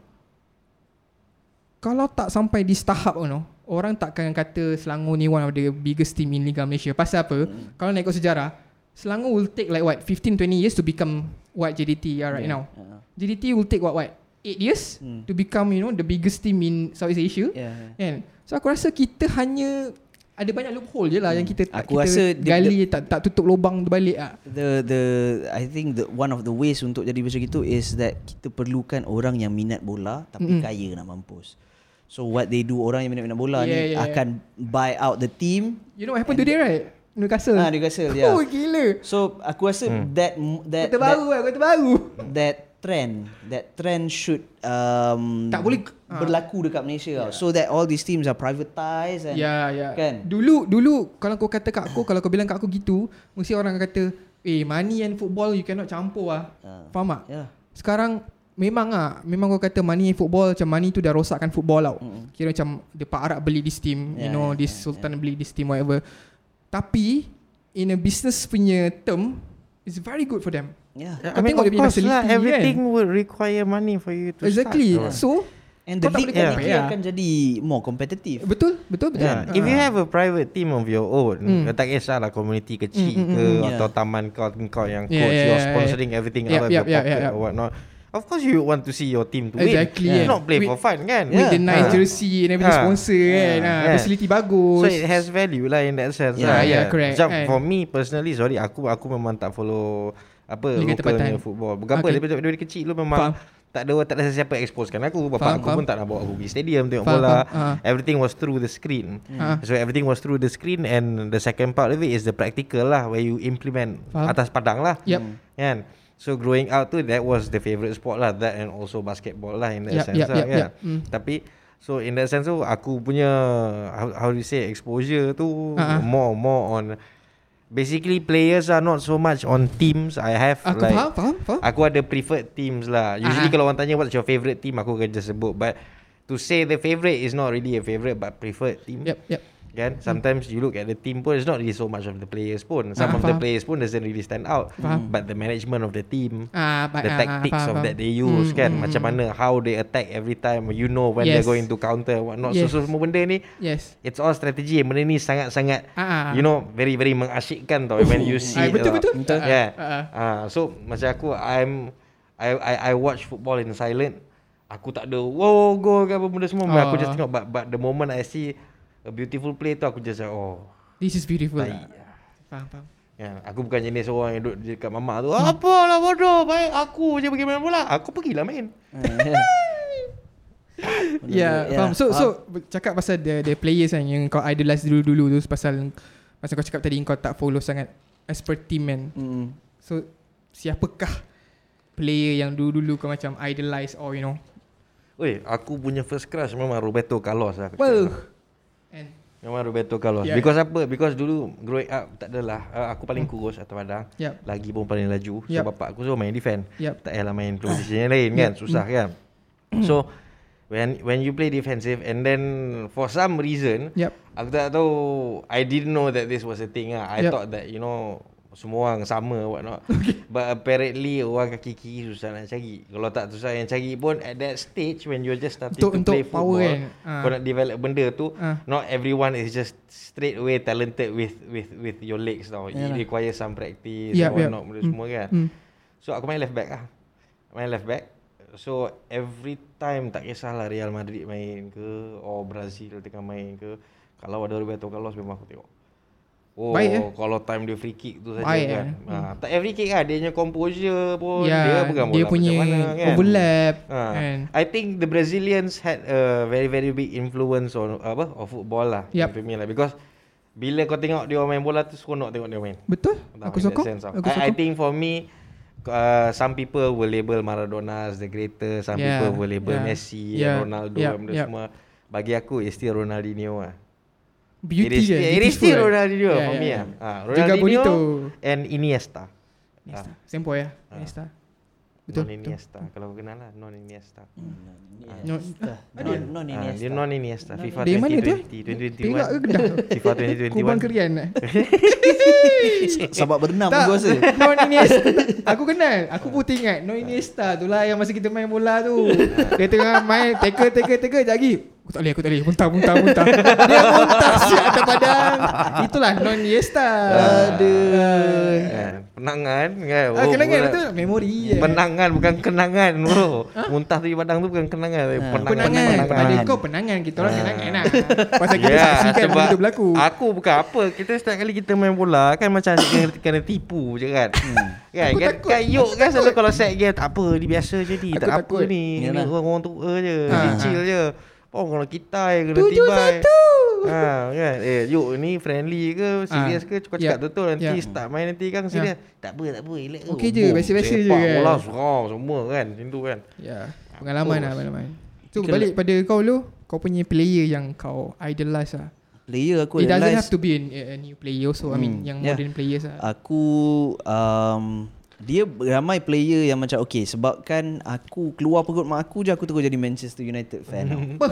Speaker 2: Kalau tak sampai di tahap you know, Orang takkan kata Selangor ni one of the biggest team in Liga Malaysia Pasal apa hmm. Kalau nak ikut sejarah Selangor will take like what 15-20 years to become What JDT are right
Speaker 1: Yeah.
Speaker 2: now
Speaker 1: Ah.
Speaker 2: JDT will take what what 8 years
Speaker 1: Hmm.
Speaker 2: To become you know The biggest team in Southeast Asia
Speaker 1: Yeah, yeah.
Speaker 2: Kan? So aku rasa kita hanya ada banyak loophole je lah yang kita
Speaker 1: Hmm.
Speaker 2: tak-
Speaker 1: Aku
Speaker 2: kita
Speaker 1: rasa dia-
Speaker 2: gali tak tak tutup lubang tu balik ah.
Speaker 1: The the I think the one of the ways untuk jadi macam itu is that kita perlukan orang yang minat bola tapi mm
Speaker 2: Mm-mm.
Speaker 1: kaya nak mampus. So what they do orang yang minat-minat bola
Speaker 2: Yeah,
Speaker 1: yeah, ni
Speaker 2: yeah,
Speaker 1: yeah, akan buy out the team.
Speaker 2: You know what happened today right? Newcastle.
Speaker 1: Ah Newcastle ya.
Speaker 2: Oh
Speaker 1: Yeah.
Speaker 2: gila.
Speaker 1: So aku rasa mm. that that
Speaker 2: Kota baru lah, kota baru.
Speaker 1: that, that trend that trend should um,
Speaker 2: Tak boleh- ah.
Speaker 1: berlaku dekat Malaysia yeah. so that all these teams are privatised and
Speaker 2: Ya, ya.
Speaker 1: Kan?
Speaker 2: Dulu dulu kalau kau kata kat aku, kalau kau bilang kat aku gitu, mesti orang akan kata, "Eh, money and football you cannot campur ah."
Speaker 1: Ah.
Speaker 2: Faham tak?
Speaker 1: yeah.
Speaker 2: Sekarang memang ah memang kau kata money and football macam money tu dah rosakkan football tau. Mm. Kira macam Depak Arab beli this team, yeah, you
Speaker 1: Yeah, yeah,
Speaker 2: know this
Speaker 1: yeah,
Speaker 2: sultan beli this team whatever. Tapi in a business punya term it's very good for them.
Speaker 1: yeah.
Speaker 2: Kau
Speaker 3: I mean,
Speaker 2: Ah, tengok
Speaker 3: of
Speaker 2: dia punya
Speaker 3: course lah,
Speaker 2: facility kan?
Speaker 3: everything would require money for you to
Speaker 2: exactly.
Speaker 3: start. Oh.
Speaker 2: So
Speaker 1: And
Speaker 2: Kau
Speaker 1: the
Speaker 2: tak
Speaker 1: league
Speaker 2: boleh
Speaker 1: yeah.
Speaker 2: compare.
Speaker 1: akan jadi more competitive.
Speaker 2: betul betul Ah. betul.
Speaker 3: Yeah. If you have a private team of your own,
Speaker 2: Mm.
Speaker 3: mm. tak kisahlah community kecil
Speaker 2: Mm, mm,
Speaker 3: ke
Speaker 1: mm.
Speaker 3: atau
Speaker 1: Yeah.
Speaker 3: taman kau kau yang
Speaker 2: Yeah,
Speaker 3: coach,
Speaker 2: yeah,
Speaker 3: you're
Speaker 2: yeah,
Speaker 3: sponsoring everything
Speaker 2: Yep,
Speaker 3: out of
Speaker 2: yep,
Speaker 3: your
Speaker 2: yep,
Speaker 3: pocket
Speaker 2: yep.
Speaker 3: or whatnot. Of course you want to see your team to
Speaker 2: Exactly,
Speaker 3: win.
Speaker 2: yeah.
Speaker 3: Not play
Speaker 2: With-
Speaker 3: for fun kan.
Speaker 2: with the
Speaker 3: Ah.
Speaker 2: nice jersey and everything
Speaker 3: Ah.
Speaker 2: sponsor kan. Ah,
Speaker 3: Yeah.
Speaker 2: facility bagus.
Speaker 3: So it has value lah in that sense.
Speaker 1: Yeah,
Speaker 3: lah.
Speaker 2: yeah, correct.
Speaker 3: Macam
Speaker 2: And-
Speaker 3: for me personally, sorry aku aku memang tak follow apa
Speaker 2: Liga
Speaker 3: Liga localnya
Speaker 2: tempatan.
Speaker 3: football.
Speaker 2: Okay.
Speaker 3: Berapa okay. daripada, daripada kecil lu memang
Speaker 2: Faham.
Speaker 3: tak ada tak ada siapa exposekan aku.
Speaker 2: Faham,
Speaker 3: Bapak aku
Speaker 2: faham.
Speaker 3: pun tak nak bawa aku pergi stadium tengok
Speaker 2: Faham,
Speaker 3: bola.
Speaker 2: faham. Ah.
Speaker 3: Everything was through the screen.
Speaker 2: Ah.
Speaker 3: So everything was through the screen and the second part of it is the practical lah where you implement
Speaker 2: Faham. Ya.
Speaker 3: atas padang lah.
Speaker 2: Yep.
Speaker 3: Kan? So growing up tu that was the favorite sport lah that and also basketball lah in that
Speaker 2: Yep,
Speaker 3: sense
Speaker 2: yep,
Speaker 3: lah
Speaker 2: yep,
Speaker 3: kan.
Speaker 2: yep. Mm.
Speaker 3: Tapi so in that sense tu aku punya how, how do you say exposure tu
Speaker 2: Ah, ah.
Speaker 3: more more on Basically players are not so much on teams. I have
Speaker 2: Aku
Speaker 3: like
Speaker 2: faham, faham, faham.
Speaker 3: Aku ada preferred teams lah.
Speaker 2: Ah.
Speaker 3: Usually kalau orang tanya what's your favourite team, aku akan just sebut. But to say the favourite is not really a favourite but preferred team.
Speaker 2: Yep, yep. Hmm.
Speaker 3: Kan? Sometimes you look at the team pun, it's not really so much of the players pun.
Speaker 2: Ah,
Speaker 3: Some of the
Speaker 2: faham.
Speaker 3: players pun doesn't really stand out. Hmm.
Speaker 2: Faham.
Speaker 3: But the management of the team,
Speaker 2: Ah, but, ah,
Speaker 3: the tactics
Speaker 2: faham,
Speaker 3: of
Speaker 2: faham.
Speaker 3: that they use
Speaker 2: Hmm,
Speaker 3: kan.
Speaker 2: hmm,
Speaker 3: Macam
Speaker 2: hmm.
Speaker 3: mana how they attack every time. You know when
Speaker 2: Yes.
Speaker 3: they're going to counter what not.
Speaker 2: Yes.
Speaker 3: So, so semua benda ni,
Speaker 2: Yes.
Speaker 3: it's all strategy. Benda ni sangat-sangat
Speaker 2: Ah, ah.
Speaker 3: You know very very mengasyikkan tau when you see
Speaker 2: Ah, betul,
Speaker 3: tau.
Speaker 2: betul. Betul.
Speaker 3: Yeah.
Speaker 2: Ah, ah.
Speaker 3: Ah so macam aku I'm I I I watch football in silent. Aku tak ada wow go ke apa benda semua.
Speaker 2: Ah.
Speaker 3: Aku just tengok but, but the moment I see a beautiful play tu aku just like, oh.
Speaker 2: This is beautiful.
Speaker 3: Baik.
Speaker 2: lah. Faham, faham.
Speaker 3: Ya, aku bukan jenis orang yang duduk dekat mamak tu. Apalah bodoh, baik aku je pergi main bola. Aku pergilah main.
Speaker 2: Yeah, Ya, faham. So so cakap pasal the the players kan yang kau idolize dulu-dulu tu pasal pasal kau cakap tadi kau tak follow sangat as per team kan.
Speaker 1: mm,
Speaker 2: So siapakah player yang dulu-dulu kau macam idolize or you know?
Speaker 3: Oi, aku punya first crush memang Roberto Carlos lah. aku
Speaker 2: Well,
Speaker 3: cakap.
Speaker 2: and
Speaker 3: Memang Roberto Carlos.
Speaker 2: Yeah.
Speaker 3: Yeah. Because apa? Because dulu growing up tak adalah uh, aku paling kurus atas padang.
Speaker 2: Yup.
Speaker 3: Lagi pun paling laju. So
Speaker 2: Yup.
Speaker 3: bapak aku suruh main defend.
Speaker 2: Yup. Mm.
Speaker 3: Tak payahlah main position yang lain kan. Susah kan. So when when you play defensive and then for some reason
Speaker 2: Yup.
Speaker 3: aku tak tahu I didn't know that this was a thing lah. I
Speaker 2: Yup.
Speaker 3: thought that you know semua orang sama what not. But apparently orang kaki kiri susah nak cari. Kalau tak susah yang cari pun at that stage when you're just starting
Speaker 2: Untuk-
Speaker 3: to play
Speaker 2: untuk power
Speaker 3: football
Speaker 2: kan. Ah.
Speaker 3: kau nak develop benda tu
Speaker 2: Ah.
Speaker 3: not everyone is just straight away talented with with with your legs tau. Yeah.
Speaker 1: Yalah.
Speaker 3: It requires some practice
Speaker 2: Yup,
Speaker 3: yep,
Speaker 2: yup.
Speaker 3: and whatnot benda
Speaker 2: Mm,
Speaker 3: semua kan.
Speaker 2: mm.
Speaker 3: So aku main left back lah. Main left back. So every time tak kisahlah Real Madrid main ke or Brazil tengah main ke kalau ada Roberto Carlos memang aku tengok. Oh,
Speaker 2: Baik, eh?
Speaker 3: kalau time dia free kick tu saja
Speaker 2: Baik,
Speaker 3: kan.
Speaker 2: eh?
Speaker 3: Ha, tak every kick lah. Dia punya composure pun. Oh, dia
Speaker 2: yeah,
Speaker 3: pegang
Speaker 2: Ya,
Speaker 3: bola
Speaker 2: dia
Speaker 3: macam
Speaker 2: punya
Speaker 3: mana, kan?
Speaker 2: overlap kan?
Speaker 3: Ah,
Speaker 2: and
Speaker 3: I think the Brazilians had a very very big influence on apa of football lah
Speaker 2: Yup.
Speaker 3: in Premier lah because bila kau tengok dia main bola tu seronok tengok dia main.
Speaker 2: betul?
Speaker 3: Entah,
Speaker 2: Aku
Speaker 3: in that
Speaker 2: sokong.
Speaker 3: sense of-
Speaker 2: Aku
Speaker 3: I, I
Speaker 2: sokong.
Speaker 3: think for me uh, some people will label Maradona as the greatest, some
Speaker 2: Yeah,
Speaker 3: people will label
Speaker 2: yeah,
Speaker 3: Messi
Speaker 2: yeah,
Speaker 3: and Ronaldo
Speaker 2: yeah,
Speaker 3: and benda
Speaker 2: yeah.
Speaker 3: semua. Bagi aku it's still Ronaldinho lah.
Speaker 2: Beauty
Speaker 3: it
Speaker 2: dia.
Speaker 3: is, still- it is
Speaker 2: beautiful,
Speaker 3: still
Speaker 2: right?
Speaker 3: Ronaldinho
Speaker 2: Yeah,
Speaker 3: for
Speaker 2: yeah.
Speaker 3: me lah. Ah,
Speaker 2: Juga
Speaker 3: Ronaldinho
Speaker 2: Bonito.
Speaker 3: and Iniesta.
Speaker 2: Iniesta. Sempoy ya. Iniesta. Betul.
Speaker 3: non
Speaker 2: betul.
Speaker 3: Iniesta kalau kenal lah non Iniesta.
Speaker 2: No,
Speaker 1: no, Mm. no, ni
Speaker 3: Ah, Dia non Iniesta FIFA
Speaker 2: Dari mana tu?
Speaker 3: 2020
Speaker 2: Tengok ke
Speaker 3: 2021
Speaker 2: Kedah?
Speaker 3: FIFA
Speaker 2: Kubang
Speaker 3: 2021
Speaker 2: Kerian eh?
Speaker 1: Sebab berenam aku rasa
Speaker 2: Non Iniesta Aku kenal Aku pun ingat Non Iniesta tu lah Yang masa kita main bola tu Dia tengah main Tackle tackle tackle Sekejap lagi Aku tak boleh Aku tak boleh Muntah muntah muntah Dia muntah siap atas padang Itulah Non Iniesta
Speaker 3: Aduh Penangan Eh, kan
Speaker 2: Ah,
Speaker 3: Oh,
Speaker 2: kenangan
Speaker 3: bukan-
Speaker 2: betul Memori eh.
Speaker 3: Penangan kan, bukan kenangan bro Muntah tu di padang tu bukan kenangan tapi Penangan
Speaker 2: Penangan Pada
Speaker 1: penangan.
Speaker 2: kau penangan Kita orang
Speaker 3: Ah.
Speaker 2: kenangan lah Pasal kita
Speaker 3: Ya,
Speaker 2: saksikan
Speaker 3: sebab
Speaker 2: Benda tu berlaku
Speaker 3: Aku bukan apa Kita setiap kali kita main bola Kan macam kena, kena tipu je kan Kan
Speaker 2: Hmm. Aku
Speaker 3: kan,
Speaker 2: takut.
Speaker 3: kan Yuk kan selalu kalau set game Tak apa ni biasa je ni
Speaker 2: Aku
Speaker 3: Tak apa
Speaker 2: takut.
Speaker 3: ni Ni
Speaker 1: Yalah.
Speaker 3: Orang-orang tua je
Speaker 2: Ah.
Speaker 3: Kecil je Oh kalau kita kena
Speaker 2: Tujuh
Speaker 3: tibai
Speaker 2: satu.
Speaker 3: ha, kan? Eh yuk ni friendly ke Serius
Speaker 2: Ah.
Speaker 3: ke Kau
Speaker 2: Ya.
Speaker 3: cakap betul Nanti
Speaker 2: Ya.
Speaker 3: start main nanti kan Serius Tak apa tak apa elak tu.
Speaker 2: Okey je,
Speaker 3: Boom,
Speaker 2: biasa-biasa je
Speaker 3: sepak
Speaker 2: kan.
Speaker 3: Bola serang semua kan Macam tu kan
Speaker 2: Ya, pengalaman
Speaker 1: Oh.
Speaker 2: lah pengalaman. So
Speaker 1: Kita-
Speaker 2: balik pada kau lu, kau punya player yang kau idolize lah.
Speaker 1: Player aku
Speaker 2: It doesn't
Speaker 1: realise
Speaker 2: have to be an, a new player also. I mean
Speaker 1: Hmm,
Speaker 2: yang
Speaker 1: yeah.
Speaker 2: modern players lah.
Speaker 1: Aku um, Dia ramai player yang macam Okay sebabkan aku keluar perut mak aku je Aku terus jadi Manchester United fan tau.
Speaker 3: Mm-hmm.
Speaker 2: Apa?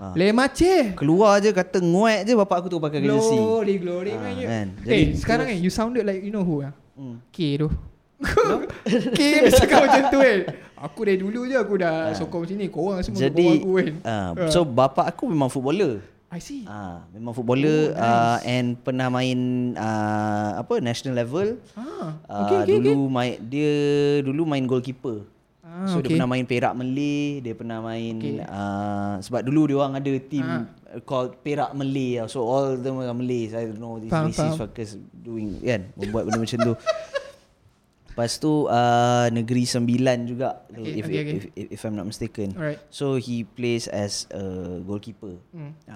Speaker 1: Ah.
Speaker 2: Le Mache.
Speaker 1: Keluar je kata nguek je Bapak aku tu pakai jersey
Speaker 2: Glory, glory
Speaker 1: Ah,
Speaker 2: man. you.
Speaker 1: man.
Speaker 2: Eh,
Speaker 1: Jadi-
Speaker 2: sekarang eh, you sounded like you know who lah.
Speaker 1: Hmm.
Speaker 2: K tu. K mesti kau macam tu kan. Aku dari dulu je aku dah sokong sini. Korang semua
Speaker 1: Ah. Jadi
Speaker 2: sokong aku kan.
Speaker 1: uh,
Speaker 2: Ah.
Speaker 1: So bapak aku memang footballer
Speaker 2: I see.
Speaker 1: Ah, memang footballer oh, nice. uh, and pernah main uh, apa national level.
Speaker 2: Ah,
Speaker 1: Ah,
Speaker 2: okay, okay,
Speaker 1: dulu okay. main dia dulu main goalkeeper.
Speaker 2: Ah,
Speaker 1: so
Speaker 2: okay.
Speaker 1: dia pernah main Perak Malay, dia pernah main okay.
Speaker 2: Okay.
Speaker 1: uh, sebab dulu dia orang ada team
Speaker 2: Ah.
Speaker 1: ah. called Perak Malay. So all the Malays, I don't know these
Speaker 2: Faham,
Speaker 1: racist
Speaker 2: faham.
Speaker 1: fuckers doing kan, buat benda macam tu. Lepas tu uh, Negeri Sembilan juga
Speaker 2: Okay,
Speaker 1: if,
Speaker 2: okay, okay.
Speaker 1: If, if, if I'm not mistaken.
Speaker 2: Alright.
Speaker 1: So he plays as a goalkeeper. Ah.
Speaker 2: Hmm.
Speaker 1: Ha.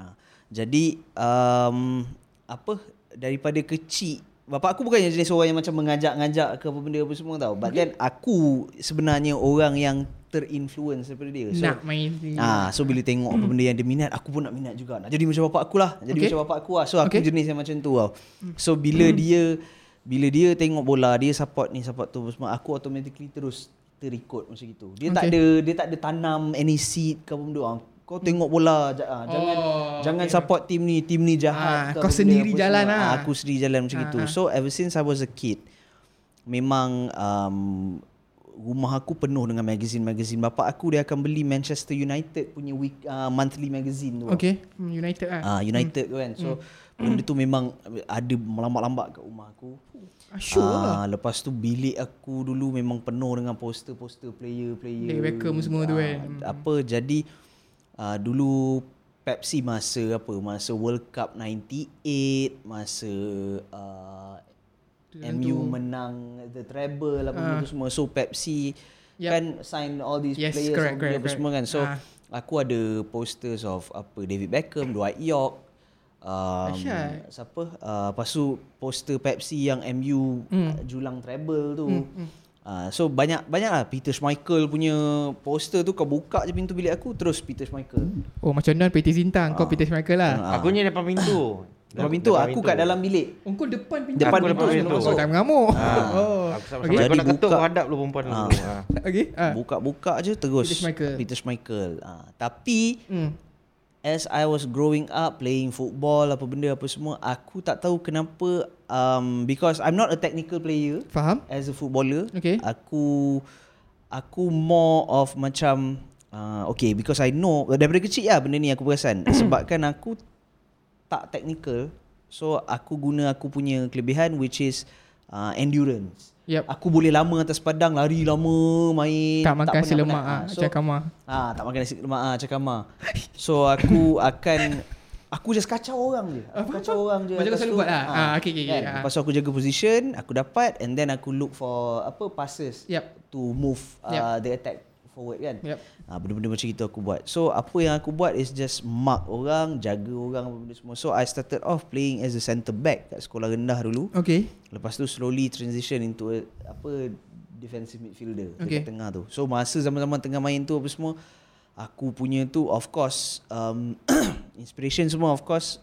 Speaker 1: Jadi um, apa daripada kecil Bapak aku bukannya jenis orang yang macam mengajak-ngajak ke apa benda apa semua tau. But then aku sebenarnya orang yang terinfluence daripada dia. So,
Speaker 2: Nak main ni.
Speaker 1: Ah, so bila tengok apa benda yang dia minat, aku pun nak minat juga. Nak jadi macam bapak aku lah. Nak Jadi
Speaker 2: Hmm. Okay.
Speaker 1: okay. macam bapak aku lah. So aku
Speaker 2: Okay. Hmm.
Speaker 1: okay. jenis yang macam tu tau. So bila dia bila dia tengok bola, dia support ni, support tu apa semua, aku automatically terus terikut macam itu. Dia okay. tak
Speaker 2: Okay. Hmm.
Speaker 1: ada dia tak ada tanam any seed ke apa benda. Ah, Kau tengok bola ja- ah, jangan
Speaker 2: Oh,
Speaker 1: jangan
Speaker 2: okay.
Speaker 1: support team ni, team ni
Speaker 2: Ah,
Speaker 1: jahat. ke apa
Speaker 2: kau
Speaker 1: benda
Speaker 2: sendiri
Speaker 1: apa
Speaker 2: jalan
Speaker 1: semua.
Speaker 2: lah.
Speaker 1: Ah, Aku sendiri jalan macam itu.
Speaker 2: Ah, ah.
Speaker 1: So ever since I was a kid, memang um, rumah aku penuh dengan magazine-magazine. Bapa aku dia akan beli Manchester United punya week, uh, monthly magazine tu.
Speaker 2: Okay. Hmm, United lah.
Speaker 1: Ah, United tu kan. So benda tu memang ada melambak-lambak kat rumah aku.
Speaker 2: Ah, sure lah.
Speaker 1: Ah, lepas tu bilik aku dulu memang penuh dengan poster-poster player-player. Ah,
Speaker 2: David Beckham semua tu kan. Hmm.
Speaker 1: Apa jadi ah, dulu Pepsi masa apa? Masa World Cup 98, masa ah, MU menang the treble apa benda tu semua. So Pepsi
Speaker 2: Yep.
Speaker 1: kan sign all these
Speaker 2: Ah. Yes,
Speaker 1: players
Speaker 2: correct,
Speaker 1: apa
Speaker 2: correct,
Speaker 1: benda apa
Speaker 2: correct.
Speaker 1: semua kan. So
Speaker 2: Ah.
Speaker 1: aku ada posters of apa David Beckham, Dwight York, um,
Speaker 2: Dahsyat.
Speaker 1: siapa? Uh, lepas tu poster Pepsi yang MU
Speaker 2: Hmm.
Speaker 1: uh, julang treble tu. Uh, so banyak banyak lah Peter Schmeichel punya poster tu kau buka je pintu bilik aku terus Peter Schmeichel.
Speaker 2: Oh macam non Peter
Speaker 1: Ah.
Speaker 2: Sintang. Kau Peter Schmeichel lah.
Speaker 3: Aku ni depan pintu.
Speaker 1: Depan pintu aku kat dalam bilik.
Speaker 2: Oh kau depan pintu.
Speaker 1: Depan
Speaker 3: Aku
Speaker 1: pintu
Speaker 3: depan
Speaker 1: sebelum
Speaker 3: pintu.
Speaker 2: Oh
Speaker 1: masuk.
Speaker 2: tak mengamuk.
Speaker 3: Oh.
Speaker 2: Oh.
Speaker 3: Aku sama-sama
Speaker 1: Okay.
Speaker 3: kau
Speaker 1: Jadi
Speaker 3: nak ketuk
Speaker 1: buka-
Speaker 3: kau hadap lu perempuan dulu. Ha.
Speaker 2: Okay. Ah.
Speaker 1: Buka-buka je terus
Speaker 2: Peter Schmeichel.
Speaker 1: Peter Schmeichel. Ah, tapi
Speaker 2: Hmm.
Speaker 1: as I was growing up playing football apa benda apa semua aku tak tahu kenapa um because I'm not a technical player
Speaker 2: Faham?
Speaker 1: as a footballer
Speaker 2: Okay.
Speaker 1: aku aku more of macam uh, okay because I know daripada kecil lah benda ni aku perasan sebabkan aku tak technical so aku guna aku punya kelebihan which is uh, endurance
Speaker 2: Yep.
Speaker 1: aku boleh lama atas padang lari lama main
Speaker 2: Tak
Speaker 1: penat-penat.
Speaker 2: makan nasi lemak
Speaker 1: Ah,
Speaker 2: ah. Macam kamar.
Speaker 1: Ah, tak makan nasi lemak ah, cakap mah. So aku akan aku just kacau orang je. Aku
Speaker 2: Apa,
Speaker 1: kacau
Speaker 2: apa?
Speaker 1: orang je.
Speaker 2: Macam
Speaker 1: Lepas
Speaker 2: kau selalu
Speaker 1: tu,
Speaker 2: buat lah.
Speaker 1: ah,
Speaker 2: Ah, okay, okay,
Speaker 1: kan?
Speaker 2: okay, ah.
Speaker 1: Lepas tu aku jaga position, aku dapat and then aku look for apa passes
Speaker 2: Yep.
Speaker 1: to move uh, the attack forward kan.
Speaker 2: Yep.
Speaker 1: Ah, benda-benda macam itu aku buat. So apa yang aku buat is just mark orang, jaga orang apa benda semua. So I started off playing as a centre back kat sekolah rendah dulu.
Speaker 2: Okay.
Speaker 1: Lepas tu slowly transition into a, apa defensive midfielder
Speaker 2: Okay.
Speaker 1: okay. dekat tengah tu. So masa zaman-zaman tengah main tu apa semua aku punya tu of course um, inspiration semua of course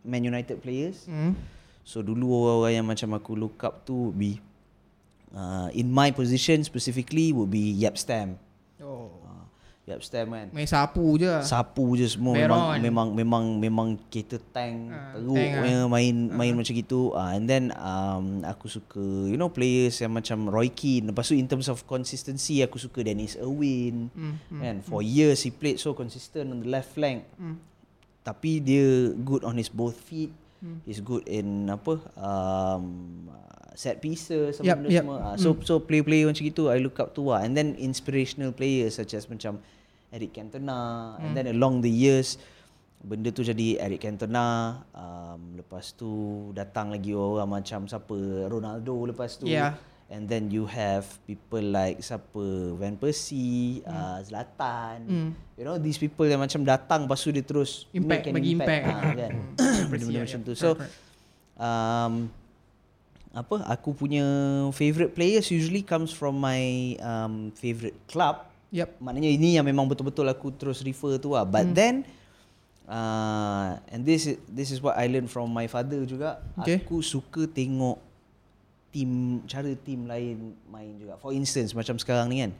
Speaker 1: Man United players.
Speaker 2: Hmm.
Speaker 1: So dulu orang-orang yang macam aku look up tu would be uh, in my position specifically would be Yap Stam.
Speaker 2: Oh.
Speaker 1: Uh, Yap Stam kan.
Speaker 2: Main sapu je. lah.
Speaker 1: Sapu je semua
Speaker 2: Veron.
Speaker 1: memang memang memang memang kereta tank
Speaker 2: Ah,
Speaker 1: teruk
Speaker 2: tank ah.
Speaker 1: punya main main macam gitu Ah, and then um, aku suka you know players yang macam Roy Keane lepas tu in terms of consistency aku suka Dennis Irwin
Speaker 2: Hmm, Hmm.
Speaker 1: and for years he played so consistent on the left flank tapi dia good on his both feet
Speaker 2: Hmm.
Speaker 1: he's good in apa um, set pieces
Speaker 2: Yup,
Speaker 1: yep, benda
Speaker 2: yup.
Speaker 1: semua Ah, so
Speaker 2: Hmm.
Speaker 1: so player-player macam gitu I look up to lah and then inspirational players such as macam Eric Cantona
Speaker 2: Hmm.
Speaker 1: and then along the years benda tu jadi Eric Cantona um, lepas tu datang lagi orang macam siapa Ronaldo lepas tu
Speaker 2: Yeah.
Speaker 1: and then you have people like siapa Van Persie
Speaker 2: Hmm.
Speaker 1: uh, Zlatan you know these people yang macam datang lepas tu dia terus make
Speaker 2: Impact,
Speaker 1: an
Speaker 2: bagi impact.
Speaker 1: Ah, kan benda-benda
Speaker 2: Yeah,
Speaker 1: macam
Speaker 2: yeah.
Speaker 1: tu so
Speaker 2: Correct,
Speaker 1: um, apa aku punya favorite players usually comes from my um, favorite club
Speaker 2: Yep.
Speaker 1: maknanya ini yang memang betul-betul aku terus refer tu lah
Speaker 2: Hmm.
Speaker 1: but then uh, and this is- this is what I learn from my father juga
Speaker 2: Okay.
Speaker 1: aku suka tengok team cara team lain main juga for instance macam sekarang ni kan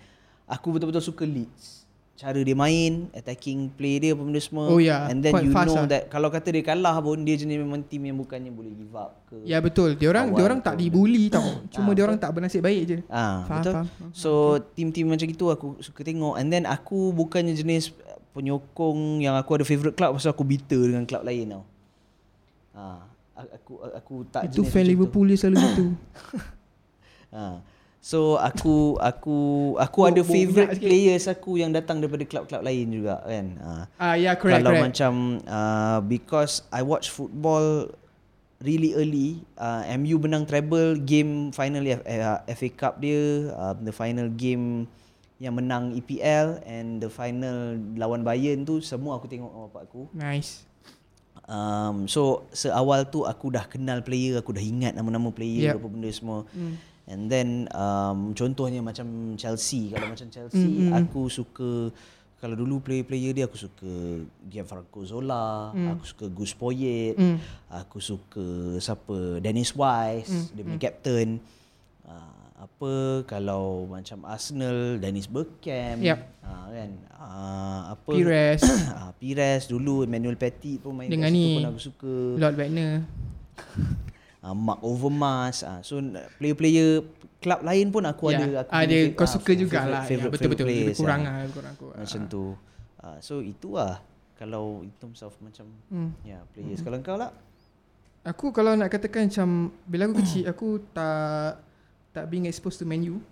Speaker 1: aku betul-betul suka Leeds cara dia main attacking play dia apa benda semua
Speaker 2: Oh, yeah.
Speaker 1: and then
Speaker 2: Quite
Speaker 1: you
Speaker 2: fast
Speaker 1: know
Speaker 2: lah.
Speaker 1: that kalau kata dia kalah pun dia jenis memang team yang bukannya boleh give up ke
Speaker 2: Ya betul. Dia orang
Speaker 1: Awal
Speaker 2: dia orang
Speaker 1: tu.
Speaker 2: tak dibuli tau. Cuma dia orang tak bernasib baik je.
Speaker 1: Ah,
Speaker 2: Faham,
Speaker 1: betul.
Speaker 2: faham.
Speaker 1: So team-team macam gitu aku suka tengok and then aku bukannya jenis penyokong yang aku ada favourite club pasal aku bitter dengan club lain tau. Ha, a- aku aku tak
Speaker 2: Itu
Speaker 1: jenis
Speaker 2: fan
Speaker 1: macam tu.
Speaker 2: Liverpool dia selalu gitu.
Speaker 1: Ha. So aku aku aku
Speaker 2: Bo-
Speaker 1: ada
Speaker 2: bo-
Speaker 1: favourite
Speaker 2: budak sikit.
Speaker 1: players aku yang datang daripada klub-klub lain juga kan. Ha.
Speaker 2: Ah ya correct
Speaker 1: Kalau
Speaker 2: correct.
Speaker 1: macam uh, because I watch football really early, uh, MU menang treble game final F- uh, FA Cup dia, uh, the final game yang menang E EPL and the final lawan Bayern tu semua aku tengok dengan bapak aku.
Speaker 2: nice.
Speaker 1: Um, so seawal tu aku dah kenal player, aku dah ingat nama-nama player
Speaker 2: Yep.
Speaker 1: yep. apa benda semua. Mm. And then um, contohnya macam Chelsea, kalau macam Chelsea mm-hmm. aku suka kalau dulu player-player dia aku suka Gianfranco Zola, mm. aku suka Gus Poyet, mm. aku suka siapa Dennis Wise, mm. dia punya captain. Uh, apa kalau macam Arsenal Dennis Bergkamp
Speaker 2: Yep.
Speaker 1: uh, kan uh, apa
Speaker 2: Pires,
Speaker 1: ah, Pires dulu Emmanuel Petit pun main
Speaker 2: Dengan
Speaker 1: kat situ
Speaker 2: ni.
Speaker 1: pun aku suka
Speaker 2: Lord Wagner.
Speaker 1: ah, Mark Overmars ah, so n- player-player klub lain pun aku
Speaker 2: Ya,
Speaker 1: ada aku
Speaker 2: ada
Speaker 1: punya
Speaker 2: kau
Speaker 1: ah,
Speaker 2: suka jugalah. Ya,
Speaker 1: favourite-
Speaker 2: betul-betul
Speaker 1: favourite
Speaker 2: lebih
Speaker 1: players,
Speaker 2: kurang
Speaker 1: ah,
Speaker 2: lah, lebih kurang aku.
Speaker 1: macam tu ah, so itulah kalau in terms of macam
Speaker 2: Hmm.
Speaker 1: ya players kalau kau lah
Speaker 2: Aku kalau nak katakan macam bila aku kecil aku tak tak being exposed to menu.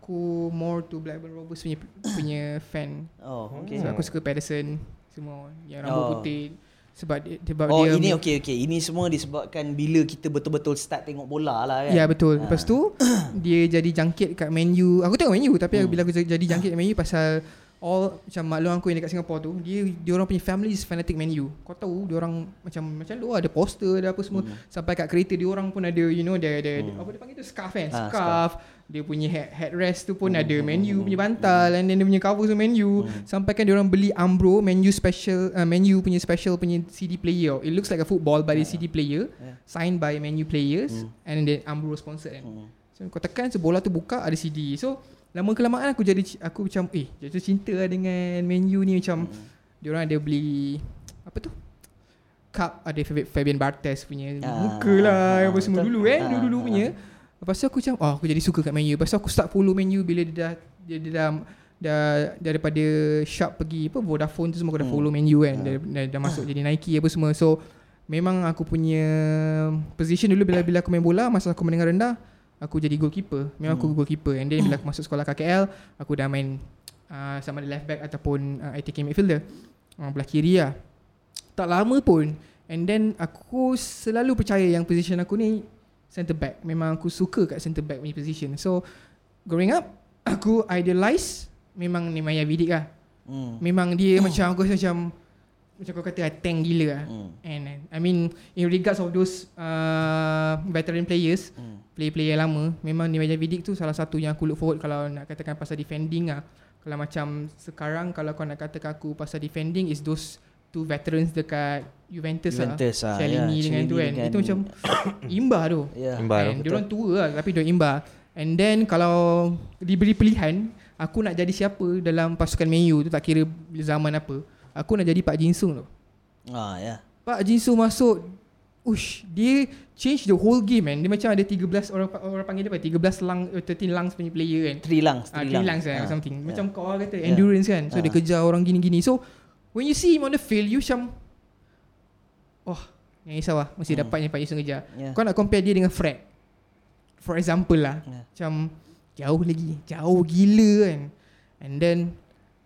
Speaker 2: Aku more to Blackburn Rovers punya punya fan.
Speaker 1: oh okey
Speaker 2: So Hmm. aku suka Pedersen semua yang rambut
Speaker 1: Oh.
Speaker 2: putih sebab dia, sebab
Speaker 1: oh
Speaker 2: dia
Speaker 1: ini okey okey ini semua disebabkan bila kita betul-betul start tengok bola lah kan
Speaker 2: Ya betul. Lepas tu dia jadi jangkit kat menu. Aku tengok menu tapi
Speaker 1: Hmm.
Speaker 2: aku- bila aku jadi
Speaker 1: Ah.
Speaker 2: jangkit kat menu pasal all macam maklum aku yang dekat Singapore tu, dia dia orang punya family is fanatic menu. Kau tahu dia orang macam macam lu lah, ada poster ada apa semua.
Speaker 1: Hmm.
Speaker 2: Sampai kat kereta dia orang pun ada you know dia ada apa dia panggil tu scarf kan.
Speaker 1: Ah,
Speaker 2: scarf. Dia punya head, headrest tu pun ada
Speaker 1: Hmm.
Speaker 2: menu punya bantal and then dia punya cover tu menu. Sampai kan dia orang beli Umbro menu special uh, menu punya special punya CD player. It looks like a football but it's CD player
Speaker 1: Yeah.
Speaker 2: signed by menu players and then Umbro sponsored kan.
Speaker 1: Hmm.
Speaker 2: So kau tekan so bola tu buka ada CD. So lama kelamaan aku jadi ci- aku macam eh jatuh cinta lah dengan menu ni macam mm. dia orang ada beli apa tu? Cup ada Fabi- Fabian Barthez punya
Speaker 1: Ah,
Speaker 2: muka lah
Speaker 1: ah,
Speaker 2: apa semua
Speaker 1: betul.
Speaker 2: dulu kan
Speaker 1: Ah,
Speaker 2: dulu-dulu
Speaker 1: ah.
Speaker 2: punya. Lepas tu aku macam oh aku jadi suka kat menu. Lepas tu aku start follow menu bila dia dah dia, dia dah dah daripada shop pergi apa Vodafone tu semua aku dah
Speaker 1: Hmm.
Speaker 2: follow menu
Speaker 1: Ah.
Speaker 2: kan. Dah, dah, dah masuk jadi Nike apa semua. So memang aku punya position dulu bila bila aku main bola masa aku menengah rendah aku jadi goalkeeper. Memang
Speaker 1: Hmm.
Speaker 2: aku goalkeeper and then bila aku masuk sekolah KKL aku dah main uh, sama ada left back ataupun uh, ITK midfielder. Uh, belah kiri lah. Tak lama pun and then aku selalu percaya yang position aku ni centre back. Memang aku suka kat centre back punya position. So growing up aku idolize memang Nemanja Vidic lah.
Speaker 1: hmm.
Speaker 2: Memang dia macam aku rasa macam macam kau kata ah, tank gila lah.
Speaker 1: Hmm.
Speaker 2: And I mean in regards of those uh, veteran players,
Speaker 1: Hmm.
Speaker 2: player-player lama, memang Nemanja Vidic tu salah satu yang aku look forward kalau nak katakan pasal defending lah. Kalau macam sekarang kalau kau nak katakan aku pasal defending is those two veterans dekat Juventus,
Speaker 1: Juventus lah,
Speaker 2: lah. Chiellini
Speaker 1: ya,
Speaker 2: dengan tu kan.
Speaker 1: Chiellini dengan-
Speaker 2: Itu macam imbah tu.
Speaker 1: ya
Speaker 3: Imba- Imbar,
Speaker 2: Imbar. Dia
Speaker 3: betul.
Speaker 2: orang tua lah tapi dia orang imbar. And then kalau diberi pilihan, aku nak jadi siapa dalam pasukan Menu tu tak kira zaman apa. Aku nak jadi Pak Jin Sung tu.
Speaker 1: ah ya
Speaker 2: Pak Jin Sung masuk Ush, dia change the whole game man. Dia macam ada 13 orang orang panggil dia apa? 13 lang 13 eh, lungs punya player kan.
Speaker 1: three lungs
Speaker 2: Ah,
Speaker 1: three,
Speaker 2: three lungs kan
Speaker 1: Ah,
Speaker 2: or
Speaker 1: ya.
Speaker 2: something. Macam kau orang kata
Speaker 1: Ya.
Speaker 2: endurance kan.
Speaker 1: Ah.
Speaker 2: So dia kejar orang gini-gini. So when you see him on the field, you macam wah, yang risau lah.
Speaker 1: Hmm.
Speaker 2: Mesti dapat yang Pak Yusung kejar.
Speaker 1: Ya.
Speaker 2: Kau nak compare dia dengan Fred. For example lah.
Speaker 1: Ya.
Speaker 2: Macam jauh lagi. Jauh gila kan. And then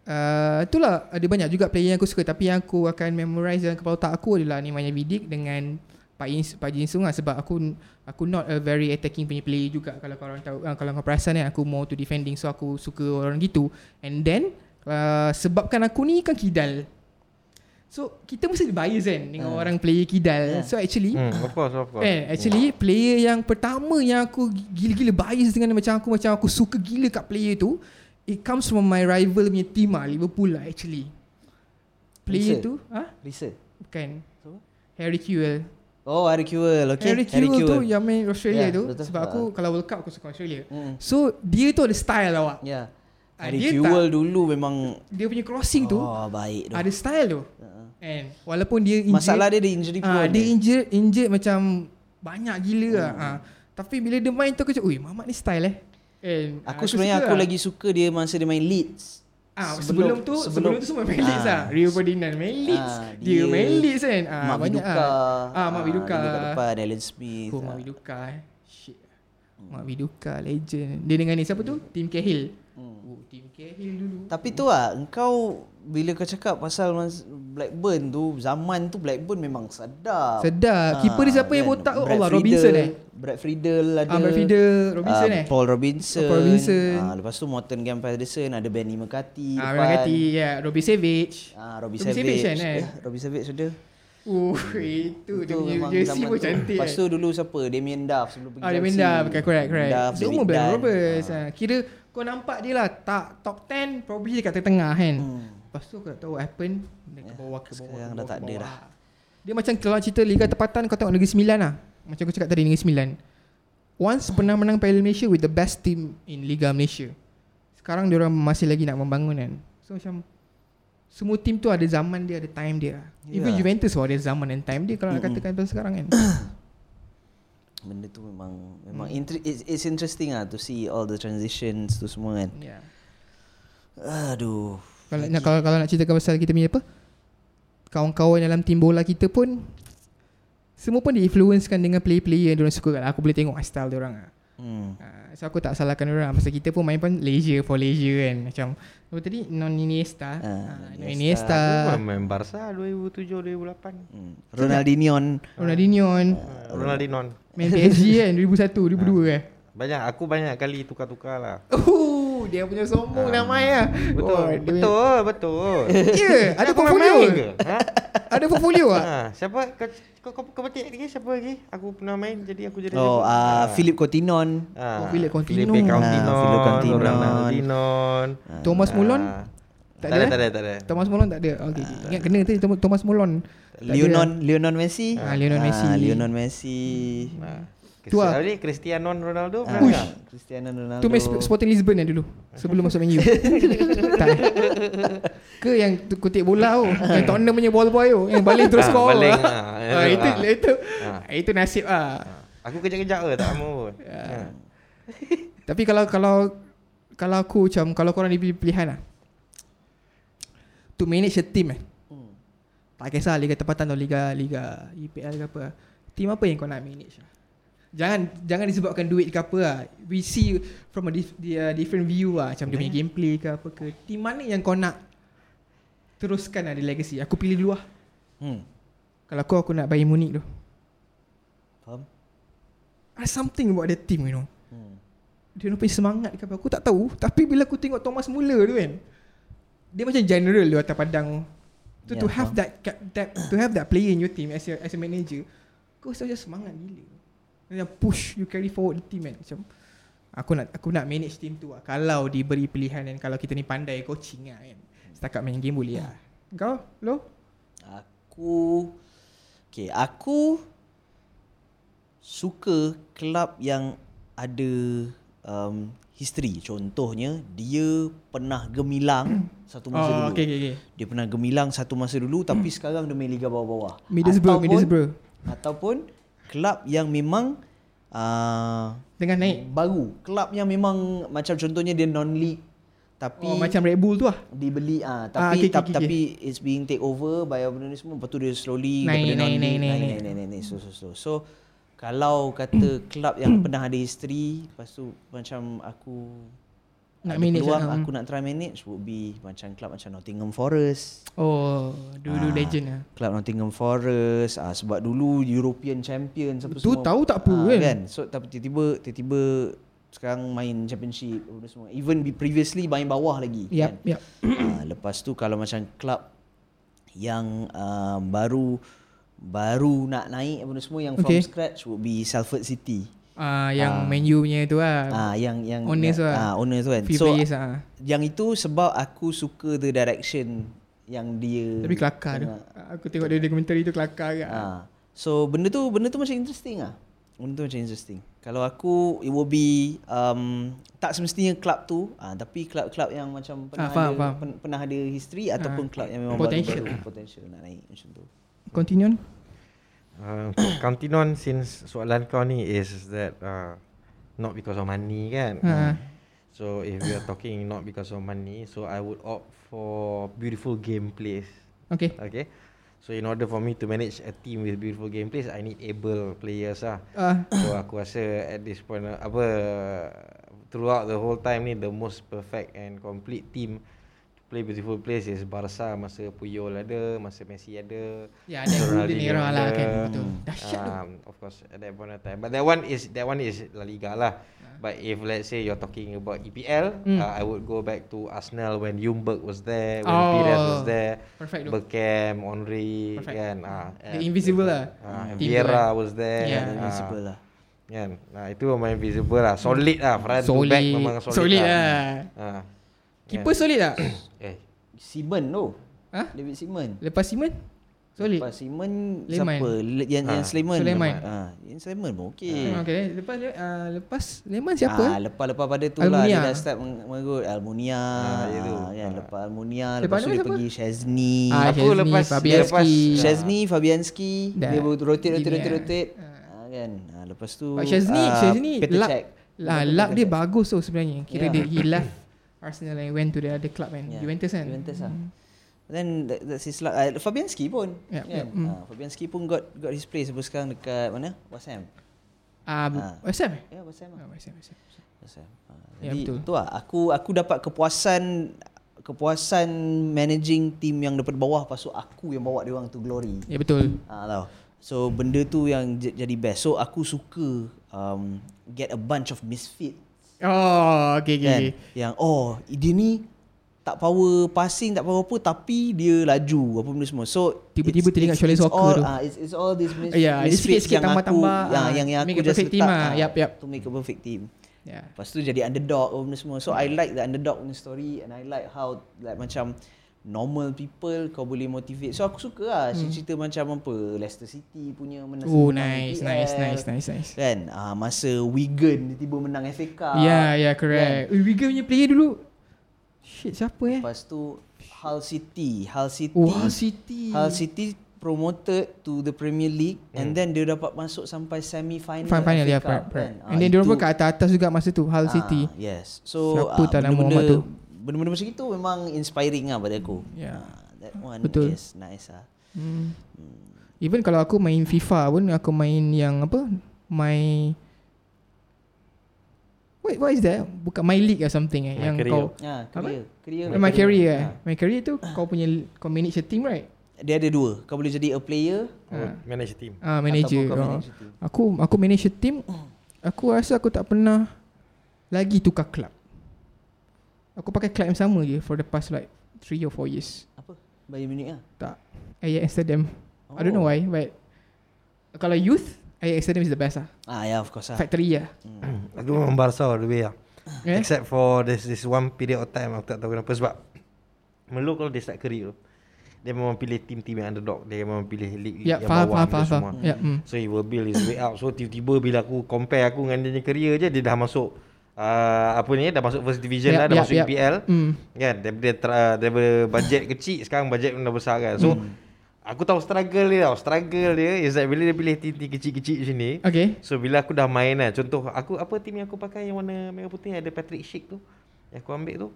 Speaker 2: uh, itulah ada banyak juga player yang aku suka tapi yang aku akan memorize dalam kepala otak aku adalah Nemanja Vidic dengan Pak Ins Pak Jin Sung lah sebab aku aku not a very attacking punya player juga kalau kau orang tahu uh, kalau kau perasan kan aku more to defending so aku suka orang gitu and then uh, sebabkan aku ni kan kidal so kita mesti bias kan dengan
Speaker 1: Ah.
Speaker 2: orang player kidal
Speaker 1: Yeah.
Speaker 2: so actually
Speaker 3: Hmm, of course, of course.
Speaker 2: Eh, actually player yang pertama yang aku gila-gila bias dengan macam aku macam aku suka gila kat player tu it comes from my rival punya team ah Liverpool lah actually. Player
Speaker 1: Lisa.
Speaker 2: tu ah
Speaker 1: Lisa
Speaker 2: bukan
Speaker 1: Siapa?
Speaker 2: Harry Kewell.
Speaker 1: oh Harry Kewell okay
Speaker 2: Harry Kewell tu yang main
Speaker 1: Ya,
Speaker 2: Australia tu
Speaker 1: betul.
Speaker 2: sebab aku kalau World Cup aku suka Australia.
Speaker 1: Hmm.
Speaker 2: So dia tu ada style awak.
Speaker 1: Ya.
Speaker 2: Ah,
Speaker 1: Hari
Speaker 2: dia
Speaker 1: Kewell dulu memang
Speaker 2: Dia punya crossing tu
Speaker 1: oh baik tu.
Speaker 2: ada style tu.
Speaker 1: Uh-uh.
Speaker 2: And walaupun dia injured,
Speaker 1: Masalah dia Hmm. dia injury
Speaker 2: Ah,
Speaker 1: prone.
Speaker 2: dia injured injured macam banyak gila lah. Ah, tapi bila dia main tu aku macam, "Ui, Mamat ni style eh." And
Speaker 1: aku sebenarnya
Speaker 2: lah.
Speaker 1: aku lagi suka lah. dia masa dia main Leeds.
Speaker 2: Ah, sebelum, sebelum tu sebelum, tu semua main Leeds
Speaker 1: Ah,
Speaker 2: ah. Rio Ferdinand main Leeds.
Speaker 1: Ah,
Speaker 2: dia,
Speaker 1: dia,
Speaker 2: main Leeds kan. Ah,
Speaker 1: Mak
Speaker 2: banyak
Speaker 1: Viduka.
Speaker 2: Ah, Mak Viduka.
Speaker 1: Dia kat depan Alan Smith. ah.
Speaker 2: Oh, Mak Viduka eh. Shit.
Speaker 1: Hmm.
Speaker 2: Mak Viduka legend. Dia dengan ni siapa tu? Tim Cahill.
Speaker 1: Hmm.
Speaker 2: Oh, Tim Cahill dulu.
Speaker 1: Tapi tu lah, engkau bila kau cakap pasal mas- Blackburn tu, zaman tu Blackburn memang sedap. Ah, kan?
Speaker 2: Sedap. Keeper dia siapa yang botak tu? Allah, Robinson eh?
Speaker 1: Brad Friedel ada.
Speaker 2: Ah, Brad Friedel, Robinson
Speaker 1: ah,
Speaker 2: eh?
Speaker 1: Paul Robinson.
Speaker 2: Paul Robinson.
Speaker 1: Ah, lepas tu Morton Gam Pedersen, ada Benny McCarthy depan.
Speaker 2: Ah, memang kati ya, Robbie Savage.
Speaker 1: Ah, Robbie
Speaker 2: Robbie
Speaker 1: Savage.
Speaker 2: Savage kan, eh?
Speaker 1: Eh, Robbie Savage ada.
Speaker 2: Oh, itu
Speaker 1: Itu
Speaker 2: dia punya
Speaker 1: memang
Speaker 2: jersey
Speaker 1: zaman
Speaker 2: pun
Speaker 1: tu.
Speaker 2: cantik. eh.
Speaker 1: Lepas tu dulu siapa? Damien Duff sebelum pergi
Speaker 2: Ah, dia
Speaker 1: Chelsea.
Speaker 2: minda bukan correct correct.
Speaker 1: Duff,
Speaker 2: Dia
Speaker 1: David
Speaker 2: umur Brian
Speaker 1: Dunn.
Speaker 2: Roberts. Ha. Kira kau nampak dia lah tak top 10 probably dekat tengah kan. Hmm. Lepas tu kau tak tahu what happen dia ke bawah ke bawah.
Speaker 1: Ya, sekarang
Speaker 2: ke
Speaker 1: dah
Speaker 2: bawah,
Speaker 1: tak
Speaker 2: ke
Speaker 1: ada
Speaker 2: bawah. Dia macam kalau cerita Liga Tempatan kau tengok Negeri Sembilan lah. Macam aku cakap tadi Negeri Sembilan. Once pernah menang Piala Malaysia with the best team in Liga Malaysia. Sekarang dia orang masih lagi nak membangun kan. So macam semua team tu ada zaman dia, ada time dia. Yeah. Even
Speaker 1: Yeah.
Speaker 2: Juventus pun ada zaman dan time dia kalau nak katakan pasal sekarang kan.
Speaker 1: Ah, Benda tu memang memang inter- it's, it's interesting lah to see all the transitions tu semua kan.
Speaker 2: yeah.
Speaker 1: Aduh. Hmm,
Speaker 2: Kalau nak kalau, kalau nak ceritakan pasal kita punya apa? Kawan-kawan dalam tim bola kita pun semua pun diinfluencekan dengan player-player yang diorang suka kan. Aku boleh tengok style diorang lah.
Speaker 1: Hmm.
Speaker 2: Uh, so aku tak salahkan orang Pasal kita pun main pun leisure for leisure kan Macam Apa tadi? Non
Speaker 1: Ah,
Speaker 2: Iniesta uh, Non Iniesta
Speaker 3: Aku main Barca 2007-2008
Speaker 1: hmm. Ronaldinho.
Speaker 2: Ronaldinho
Speaker 1: Ah.
Speaker 3: Ronaldinho
Speaker 2: Main PSG kan 2001, 2002 kan
Speaker 3: Banyak, aku banyak kali tukar-tukar lah
Speaker 1: Ah.
Speaker 2: Oh, dia punya sombong nama ya.
Speaker 3: Betul,
Speaker 2: oh, dia punya-
Speaker 3: betul, betul
Speaker 2: Ya, ada
Speaker 3: Aku main
Speaker 2: portfolio.
Speaker 3: main ke? Ha?
Speaker 2: Ada portfolio ah.
Speaker 3: ha? Siapa? Kau, kau, kau, kau petik lagi siapa lagi? Aku pernah main jadi aku jadi
Speaker 1: Oh,
Speaker 3: siapa?
Speaker 1: ah,
Speaker 3: Ha.
Speaker 1: Philip Coutinho.
Speaker 3: Ah,
Speaker 2: Oh, Philip Coutinho.
Speaker 3: Philippe
Speaker 2: Ah,
Speaker 3: Coutinho,
Speaker 1: Philip Coutinho.
Speaker 3: Ronaldinho.
Speaker 2: Thomas Mullon?
Speaker 3: Ah.
Speaker 2: Tak ada?
Speaker 3: Tak
Speaker 2: eh?
Speaker 3: ada, tak ada, tak ada.
Speaker 2: Thomas Molon tak ada. Okey, okay. ingat kena tadi Thomas- Thomas Molon. Tak ada.
Speaker 1: Ah. Lionel Lionel Messi.
Speaker 2: Ah, Lionel Messi.
Speaker 1: Lionel Messi.
Speaker 3: Ah.
Speaker 2: Tu lah.
Speaker 3: Siapa ni? Cristiano Ronaldo
Speaker 1: Ah,
Speaker 3: pernah tak?
Speaker 1: Cristiano Ronaldo.
Speaker 2: Tu match Sporting Lisbon yang dulu Sebelum masuk Man U Tak eh? Ke yang tu kutip bola tu Yang Tottenham punya ball boy tu Yang baling terus
Speaker 3: Ah,
Speaker 2: score
Speaker 3: baling,
Speaker 2: ah.
Speaker 3: ah.
Speaker 2: Ah, Itu
Speaker 3: Ah.
Speaker 2: itu
Speaker 3: Ah.
Speaker 2: Itu nasib ah.
Speaker 3: Ha. Aku kejap-kejap ke tak mau. Ha.
Speaker 2: Tapi kalau kalau Kalau aku macam Kalau korang diberi pilihan lah To manage a team eh
Speaker 1: Hmm.
Speaker 2: Tak kisah Liga tempatan atau Liga Liga EPL ke apa Team apa yang kau nak manage lah? Jangan jangan disebabkan duit ke apa lah. We see from a dif, the, uh, different view lah. Macam dia punya gameplay ke apa ke. Team mana yang kau nak teruskan ada legacy? Aku pilih dulu lah.
Speaker 1: Hmm.
Speaker 2: Kalau aku, aku nak Bayern Munich tu.
Speaker 1: Faham?
Speaker 2: Ada something about the team you know.
Speaker 1: Hmm.
Speaker 2: dia punya semangat ke apa aku tak tahu tapi bila aku tengok Thomas Muller tu kan dia macam general dia atas padang tu yeah, to
Speaker 1: Ya,
Speaker 2: have
Speaker 1: faham.
Speaker 2: that, cap- that to have that player in your team as a, as a manager kau rasa macam semangat gila macam push you carry forward the team kan macam aku nak aku nak manage team tu lah kalau diberi pilihan dan kalau kita ni pandai coaching lah kan setakat main game boleh lah kau lo
Speaker 1: Aku Okay aku Suka Kelab yang Ada um, History Contohnya Dia Pernah gemilang Satu masa dulu
Speaker 2: Oh, Ah, okay, okay, okay.
Speaker 1: Dia pernah gemilang Satu masa dulu Tapi sekarang dia main Liga bawah-bawah
Speaker 2: Middlesbrough
Speaker 1: Ataupun-
Speaker 2: Middlesbrough
Speaker 1: Ataupun Kelab yang memang uh,
Speaker 2: dengan naik
Speaker 1: Baru Kelab yang memang Macam contohnya dia non-league Tapi
Speaker 2: oh, macam Red Bull tu lah
Speaker 1: dibeli ah tapi ah,
Speaker 2: Ah,
Speaker 1: okay,
Speaker 2: okey, okey,
Speaker 1: tap,
Speaker 2: okey,
Speaker 1: tapi it's being take over by benda ni semua lepas tu dia slowly
Speaker 2: Naik,
Speaker 1: daripada
Speaker 2: naik,
Speaker 1: non-league,
Speaker 2: naik, naik, naik.
Speaker 1: naik, naik, naik, so so so so kalau kata club yang pernah ada history lepas tu macam aku
Speaker 2: Nak
Speaker 1: ada
Speaker 2: manage
Speaker 1: peluang,
Speaker 2: lah,
Speaker 1: aku nak try manage would be macam club macam Nottingham Forest
Speaker 2: oh
Speaker 1: Ah.
Speaker 2: dulu legend lah
Speaker 1: Club Nottingham Forest ah, Sebab dulu European champion apa
Speaker 2: Tu
Speaker 1: semua Ah,
Speaker 2: tahu tak apa kan?
Speaker 1: So tapi tiba-tiba Tiba-tiba Sekarang main championship apa benda semua Even be- previously main bawah lagi
Speaker 2: yep
Speaker 1: kan?
Speaker 2: yep
Speaker 1: Ah, lepas tu kalau macam club yang uh, baru baru nak naik apa benda semua yang from
Speaker 2: Okay.
Speaker 1: scratch would be Salford City.
Speaker 2: Ah, yang
Speaker 1: Ah.
Speaker 2: Man U punya tu lah.
Speaker 1: Ah yang yang
Speaker 2: Owners tu lah.
Speaker 1: ah owners tu kan.
Speaker 2: Few
Speaker 1: So
Speaker 2: players ah.
Speaker 1: yang itu sebab aku suka the direction yang dia
Speaker 2: Tapi kelakar tu.
Speaker 1: tengah-
Speaker 2: Aku tengok dia dokumentari tu kelakar ke. Ah.
Speaker 1: Hmm. Ah. So benda tu benda tu macam interesting ah. Benda tu macam interesting. Kalau aku it will be um, tak semestinya club tu ah tapi club-club yang macam pernah
Speaker 2: Ah, faham,
Speaker 1: ada
Speaker 2: faham.
Speaker 1: Pen, pernah ada history ataupun
Speaker 2: Ah,
Speaker 1: club yang memang
Speaker 2: potential
Speaker 1: baru, baru potential nak naik macam tu.
Speaker 2: Continue. on.
Speaker 3: Uh, counting on since soalan kau ni is that uh, not because of money kan.
Speaker 2: Ha.
Speaker 3: So if we are talking not because of money, so I would opt for beautiful gameplays.
Speaker 2: Okay.
Speaker 3: Okay. So in order for me to manage a team with beautiful gameplays, I need able players lah.
Speaker 2: Ah,
Speaker 3: So aku rasa at this point uh, apa throughout the whole time ni the most perfect and complete team to play beautiful plays is Barca masa Puyol ada, masa Messi ada.
Speaker 2: ya ada Golden
Speaker 3: Ronaldinho
Speaker 2: Era lah
Speaker 3: ada. Ah,
Speaker 2: kan. Betul. Dahsyat tu.
Speaker 3: Um, of course at that point of time. But that one is that one is La Liga lah. But if let's say you're talking about EPL,
Speaker 2: Mm.
Speaker 3: uh, I would go back to Arsenal when Ljungberg was there, when
Speaker 2: Oh.
Speaker 3: Pires was there,
Speaker 2: Perfect tu.
Speaker 3: Beckham, Henri,
Speaker 2: Perfect.
Speaker 3: kan. Uh,
Speaker 2: The invisible lah. Team
Speaker 3: Uh,
Speaker 2: tu
Speaker 3: Vieira was there.
Speaker 2: Yeah.
Speaker 3: ah,
Speaker 1: Invisible lah.
Speaker 3: Kan. Nah, itu memang invisible lah. Solid lah. Front to back memang solid,
Speaker 2: solid
Speaker 3: lah.
Speaker 2: lah.
Speaker 3: Ah.
Speaker 2: Keeper solid tak?
Speaker 3: Eh,
Speaker 1: Simon tu.
Speaker 2: Ha?
Speaker 1: David Simon.
Speaker 2: Lepas Simon? Solid. Ah,
Speaker 1: Lepas Simon
Speaker 2: Leman.
Speaker 1: siapa? Le- yang yang
Speaker 3: Ah.
Speaker 1: Sleman.
Speaker 2: Sleman.
Speaker 1: Ah, yang Sleman pun okey.
Speaker 2: Hmm, okay. Lepas uh, lepas Leman siapa?
Speaker 1: Ah,
Speaker 2: eh?
Speaker 1: lepas-lepas pada tu lah
Speaker 2: Almunia.
Speaker 1: dia dah start meng- mengikut Almunia.
Speaker 3: Ah,
Speaker 1: Ah,
Speaker 3: dia tu.
Speaker 1: kan,
Speaker 3: Ah.
Speaker 1: lepas Almunia,
Speaker 2: Lepas
Speaker 1: lepas, tu
Speaker 2: tu
Speaker 1: dia
Speaker 2: siapa?
Speaker 1: pergi Shazni.
Speaker 2: Ah,
Speaker 3: aku
Speaker 2: Chesney,
Speaker 3: lepas-
Speaker 2: Fabianski.
Speaker 3: lepas-
Speaker 1: Shazni, Fabianski,
Speaker 2: Dah.
Speaker 1: dia ber- rotate rotate
Speaker 2: Gini
Speaker 1: rotate
Speaker 2: ah.
Speaker 1: rotate. Ah, kan. Ah, lepas tu
Speaker 2: Pak Shazni,
Speaker 1: ah,
Speaker 2: Shazni
Speaker 1: Peter
Speaker 2: lap,
Speaker 1: Cech.
Speaker 2: lah,
Speaker 1: Peter
Speaker 2: lap dia
Speaker 1: Cech.
Speaker 2: bagus tu sebenarnya. Kira
Speaker 1: Yeah.
Speaker 3: Ya.
Speaker 2: dia he left Arsenal and went to the other club kan.
Speaker 1: Yeah.
Speaker 2: Juventus kan.
Speaker 1: Ya, Juventus lah. Then that, that's his luck. Uh, Fabianski pun.
Speaker 2: Yeah,
Speaker 1: kan?
Speaker 2: yeah, mm.
Speaker 1: Ah, Fabianski pun got got his place sebelum sekarang dekat mana? West Ham.
Speaker 2: Ah,
Speaker 1: Ah.
Speaker 2: uh, West Ham. eh?
Speaker 1: Ya, yeah, West Ham. lah.
Speaker 2: Ah, West Ham, West Ham.
Speaker 1: West Ham. Ah,
Speaker 2: Ya,
Speaker 1: jadi
Speaker 2: betul.
Speaker 1: tu lah. Aku aku dapat kepuasan kepuasan managing team yang daripada bawah lepas tu aku yang bawa dia orang tu glory.
Speaker 2: Ya betul.
Speaker 1: Ah tau. So benda tu yang j- jadi best. So aku suka um, get a bunch of misfit
Speaker 2: Oh, okay, okay.
Speaker 1: kan. Yang oh dia ni tak power passing tak power apa tapi dia laju apa benda semua. So
Speaker 2: Tiba-tiba
Speaker 1: it's-
Speaker 2: teringat
Speaker 1: it's-
Speaker 2: Sholeh
Speaker 1: it's
Speaker 2: Soccer
Speaker 1: all,
Speaker 2: tu.
Speaker 1: ah, it's, it's all this mis-
Speaker 2: Ya, dia
Speaker 1: misfits
Speaker 2: sikit-sikit
Speaker 1: yang aku
Speaker 2: tambah-tambah,
Speaker 1: yang,
Speaker 2: ah,
Speaker 1: yang, yang
Speaker 2: make
Speaker 1: aku
Speaker 2: a
Speaker 1: just
Speaker 2: perfect
Speaker 1: letak
Speaker 2: team ah.
Speaker 1: ah,
Speaker 2: Yup, yup.
Speaker 1: to make a perfect team.
Speaker 2: Yeah.
Speaker 1: Lepas tu jadi underdog apa benda semua. So I like the underdog punya story and I like how like macam normal people kau boleh motivate. So aku suka lah hmm. cerita macam apa Leicester City punya menang.
Speaker 2: Oh,
Speaker 1: menang
Speaker 2: nice,
Speaker 1: EPL,
Speaker 2: nice, nice, nice, nice.
Speaker 1: Kan ah masa Wigan tiba-tiba menang FA Cup.
Speaker 2: Ya, ya, correct.
Speaker 1: kan?
Speaker 2: Yeah. Wigan punya player dulu. Shit, siapa eh?
Speaker 1: Lepas tu Hull City, Hull City.
Speaker 2: Oh, Hull City.
Speaker 1: Hull City promoted to the Premier League hmm. and then dia dapat masuk sampai semi final.
Speaker 2: Final, final ya, yeah, correct,
Speaker 1: kan?
Speaker 2: correct. And
Speaker 1: Ah,
Speaker 2: then dia pun kat atas-atas juga masa tu, Hull City.
Speaker 1: Yes. So ah,
Speaker 2: Siapa tak nama
Speaker 1: benda-benda,
Speaker 2: Muhammad tu?
Speaker 1: Benda-benda macam itu memang inspiring lah pada aku.
Speaker 2: Ya.
Speaker 1: Ah, that one
Speaker 2: Betul.
Speaker 1: is nice lah.
Speaker 2: Hmm. Even kalau aku main FIFA pun, aku main yang apa? My... Wait, what is that? Bukan My League or something eh?
Speaker 3: My
Speaker 2: yang
Speaker 3: Career.
Speaker 2: kau...
Speaker 1: Ya, career. Career. Ah,
Speaker 2: My, my Career eh? My Career tu kau punya, kau manage a team right?
Speaker 1: Dia ada dua. Kau boleh jadi a player.
Speaker 3: oh, manage team.
Speaker 2: Ah,
Speaker 1: Ataupun
Speaker 2: manager.
Speaker 1: kau
Speaker 2: Oh.
Speaker 1: manage a team.
Speaker 2: Aku aku manage a team. Aku rasa aku tak pernah lagi tukar club. Aku pakai club yang sama je for the past like 3 or 4 years.
Speaker 1: Apa? Bayar minit lah.
Speaker 2: Tak. Ajax Amsterdam. Oh. I don't know why but kalau youth Ajax Amsterdam is the best lah.
Speaker 1: Ah, yeah, of course lah.
Speaker 2: Factory lah.
Speaker 3: Hmm. Aku memang Barca all the way lah.
Speaker 2: Eh?
Speaker 3: Yeah. Except for this this one period of time aku tak tahu kenapa sebab Melu kalau dia start career dia memang pilih team-team yang underdog, dia memang pilih league
Speaker 2: Ya,
Speaker 3: yang
Speaker 2: faham,
Speaker 3: bawah
Speaker 2: faham,
Speaker 3: apa
Speaker 2: faham, faham.
Speaker 3: semua.
Speaker 2: Ya, mm.
Speaker 3: So he will build his way up. So tiba-tiba bila aku compare aku dengan dia punya career je dia dah masuk uh, apa ni dah masuk first division
Speaker 2: Yep,
Speaker 3: lah, dah
Speaker 2: yep,
Speaker 3: masuk
Speaker 2: yep.
Speaker 3: EPL.
Speaker 2: Mm.
Speaker 3: Kan daripada tra- daripada bajet kecil sekarang bajet pun dah besar kan. So
Speaker 2: Hmm.
Speaker 3: aku tahu struggle dia tau. Struggle dia is that bila dia pilih team-team kecil-kecil macam ni
Speaker 2: Okay.
Speaker 3: So bila aku dah main lah Contoh aku Apa team yang aku pakai Yang warna merah putih Ada Patrick Schick tu Yang aku ambil tu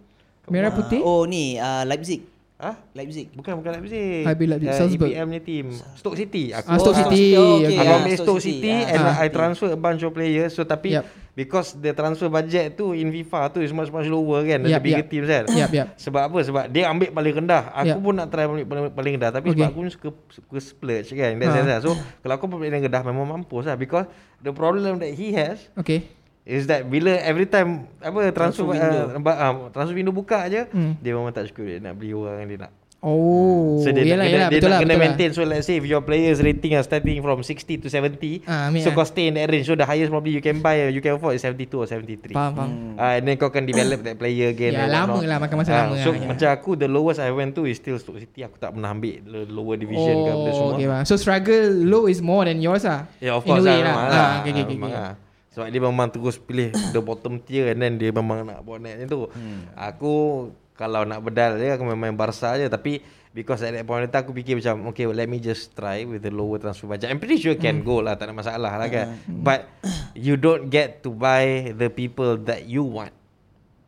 Speaker 2: Merah
Speaker 1: Ah,
Speaker 2: putih.
Speaker 1: Oh ni, ah, Leipzig.
Speaker 3: Ha?
Speaker 1: Leipzig.
Speaker 3: Bukan bukan Leipzig
Speaker 2: Habis Leipzig,
Speaker 3: Eh,
Speaker 2: Salzburg.
Speaker 3: EPM ni team Stoke City Aku
Speaker 2: Ah, Stoke
Speaker 3: aku-
Speaker 2: City.
Speaker 1: okay,
Speaker 3: Aku
Speaker 1: ah,
Speaker 3: ambil Stoke City
Speaker 1: ah,
Speaker 3: And
Speaker 1: Stoke
Speaker 3: I
Speaker 1: City.
Speaker 3: transfer a bunch of players So tapi
Speaker 2: Yep.
Speaker 3: Because the transfer budget tu In FIFA tu Is much much lower kan
Speaker 2: Yep,
Speaker 3: Ada bigger
Speaker 2: yep.
Speaker 3: teams kan
Speaker 2: Yep, yep.
Speaker 3: Sebab apa? Sebab dia ambil paling rendah Aku
Speaker 2: Yep.
Speaker 3: pun nak try ambil paling, paling rendah Tapi
Speaker 2: Okay.
Speaker 3: sebab aku pun suka, suka splurge kan That's
Speaker 2: Ha.
Speaker 3: ha. So kalau aku ambil paling rendah Memang mampus lah Because the problem that he has
Speaker 2: Okay.
Speaker 3: Is that bila every time apa
Speaker 1: Transfer
Speaker 3: transfer
Speaker 1: window.
Speaker 3: window. Uh, ba- uh, transfer window buka je
Speaker 2: Hmm.
Speaker 3: hmm. dia memang tak cukup dia nak beli orang yang dia nak.
Speaker 2: Oh,
Speaker 3: so dia
Speaker 2: yelah, yelah,
Speaker 3: nak, kena, dia
Speaker 2: betul
Speaker 3: nak
Speaker 2: lah,
Speaker 3: kena
Speaker 2: betul lah.
Speaker 3: maintain so let's say if your players rating are starting from 60 to 70
Speaker 2: Ah, ambil
Speaker 3: so
Speaker 2: lah.
Speaker 3: kau stay in that range so the highest probably you can buy or you can afford is 72 or 73.
Speaker 2: Faham, faham.
Speaker 3: Uh, and then kau akan develop that player again.
Speaker 2: Ya,
Speaker 3: and
Speaker 2: lama
Speaker 3: whatnot.
Speaker 2: lah, makan masa
Speaker 3: Ah,
Speaker 2: lama
Speaker 3: So
Speaker 2: lah, ya.
Speaker 3: macam aku the lowest I went to is still Stoke City aku tak pernah ambil the lower
Speaker 2: Oh,
Speaker 3: division ke apa semua.
Speaker 2: okay, faham. So struggle low is more than yours lah.
Speaker 3: Ya yeah,
Speaker 2: In
Speaker 3: of
Speaker 2: a
Speaker 3: course
Speaker 2: way
Speaker 3: lah, lah. Memang
Speaker 2: Ah,
Speaker 3: lah.
Speaker 2: okay, okay, okay,
Speaker 3: memang
Speaker 2: okay.
Speaker 3: lah. Sebab dia memang terus pilih the bottom tier and then dia memang nak buat naik macam tu.
Speaker 2: Hmm.
Speaker 3: Aku kalau nak bedal je aku memang main Barca je tapi because at that point in time aku fikir macam okay well, let me just try with the lower transfer budget. I'm pretty sure
Speaker 2: Hmm.
Speaker 3: can go lah tak ada masalah lah kan. But you don't get to buy the people that you want.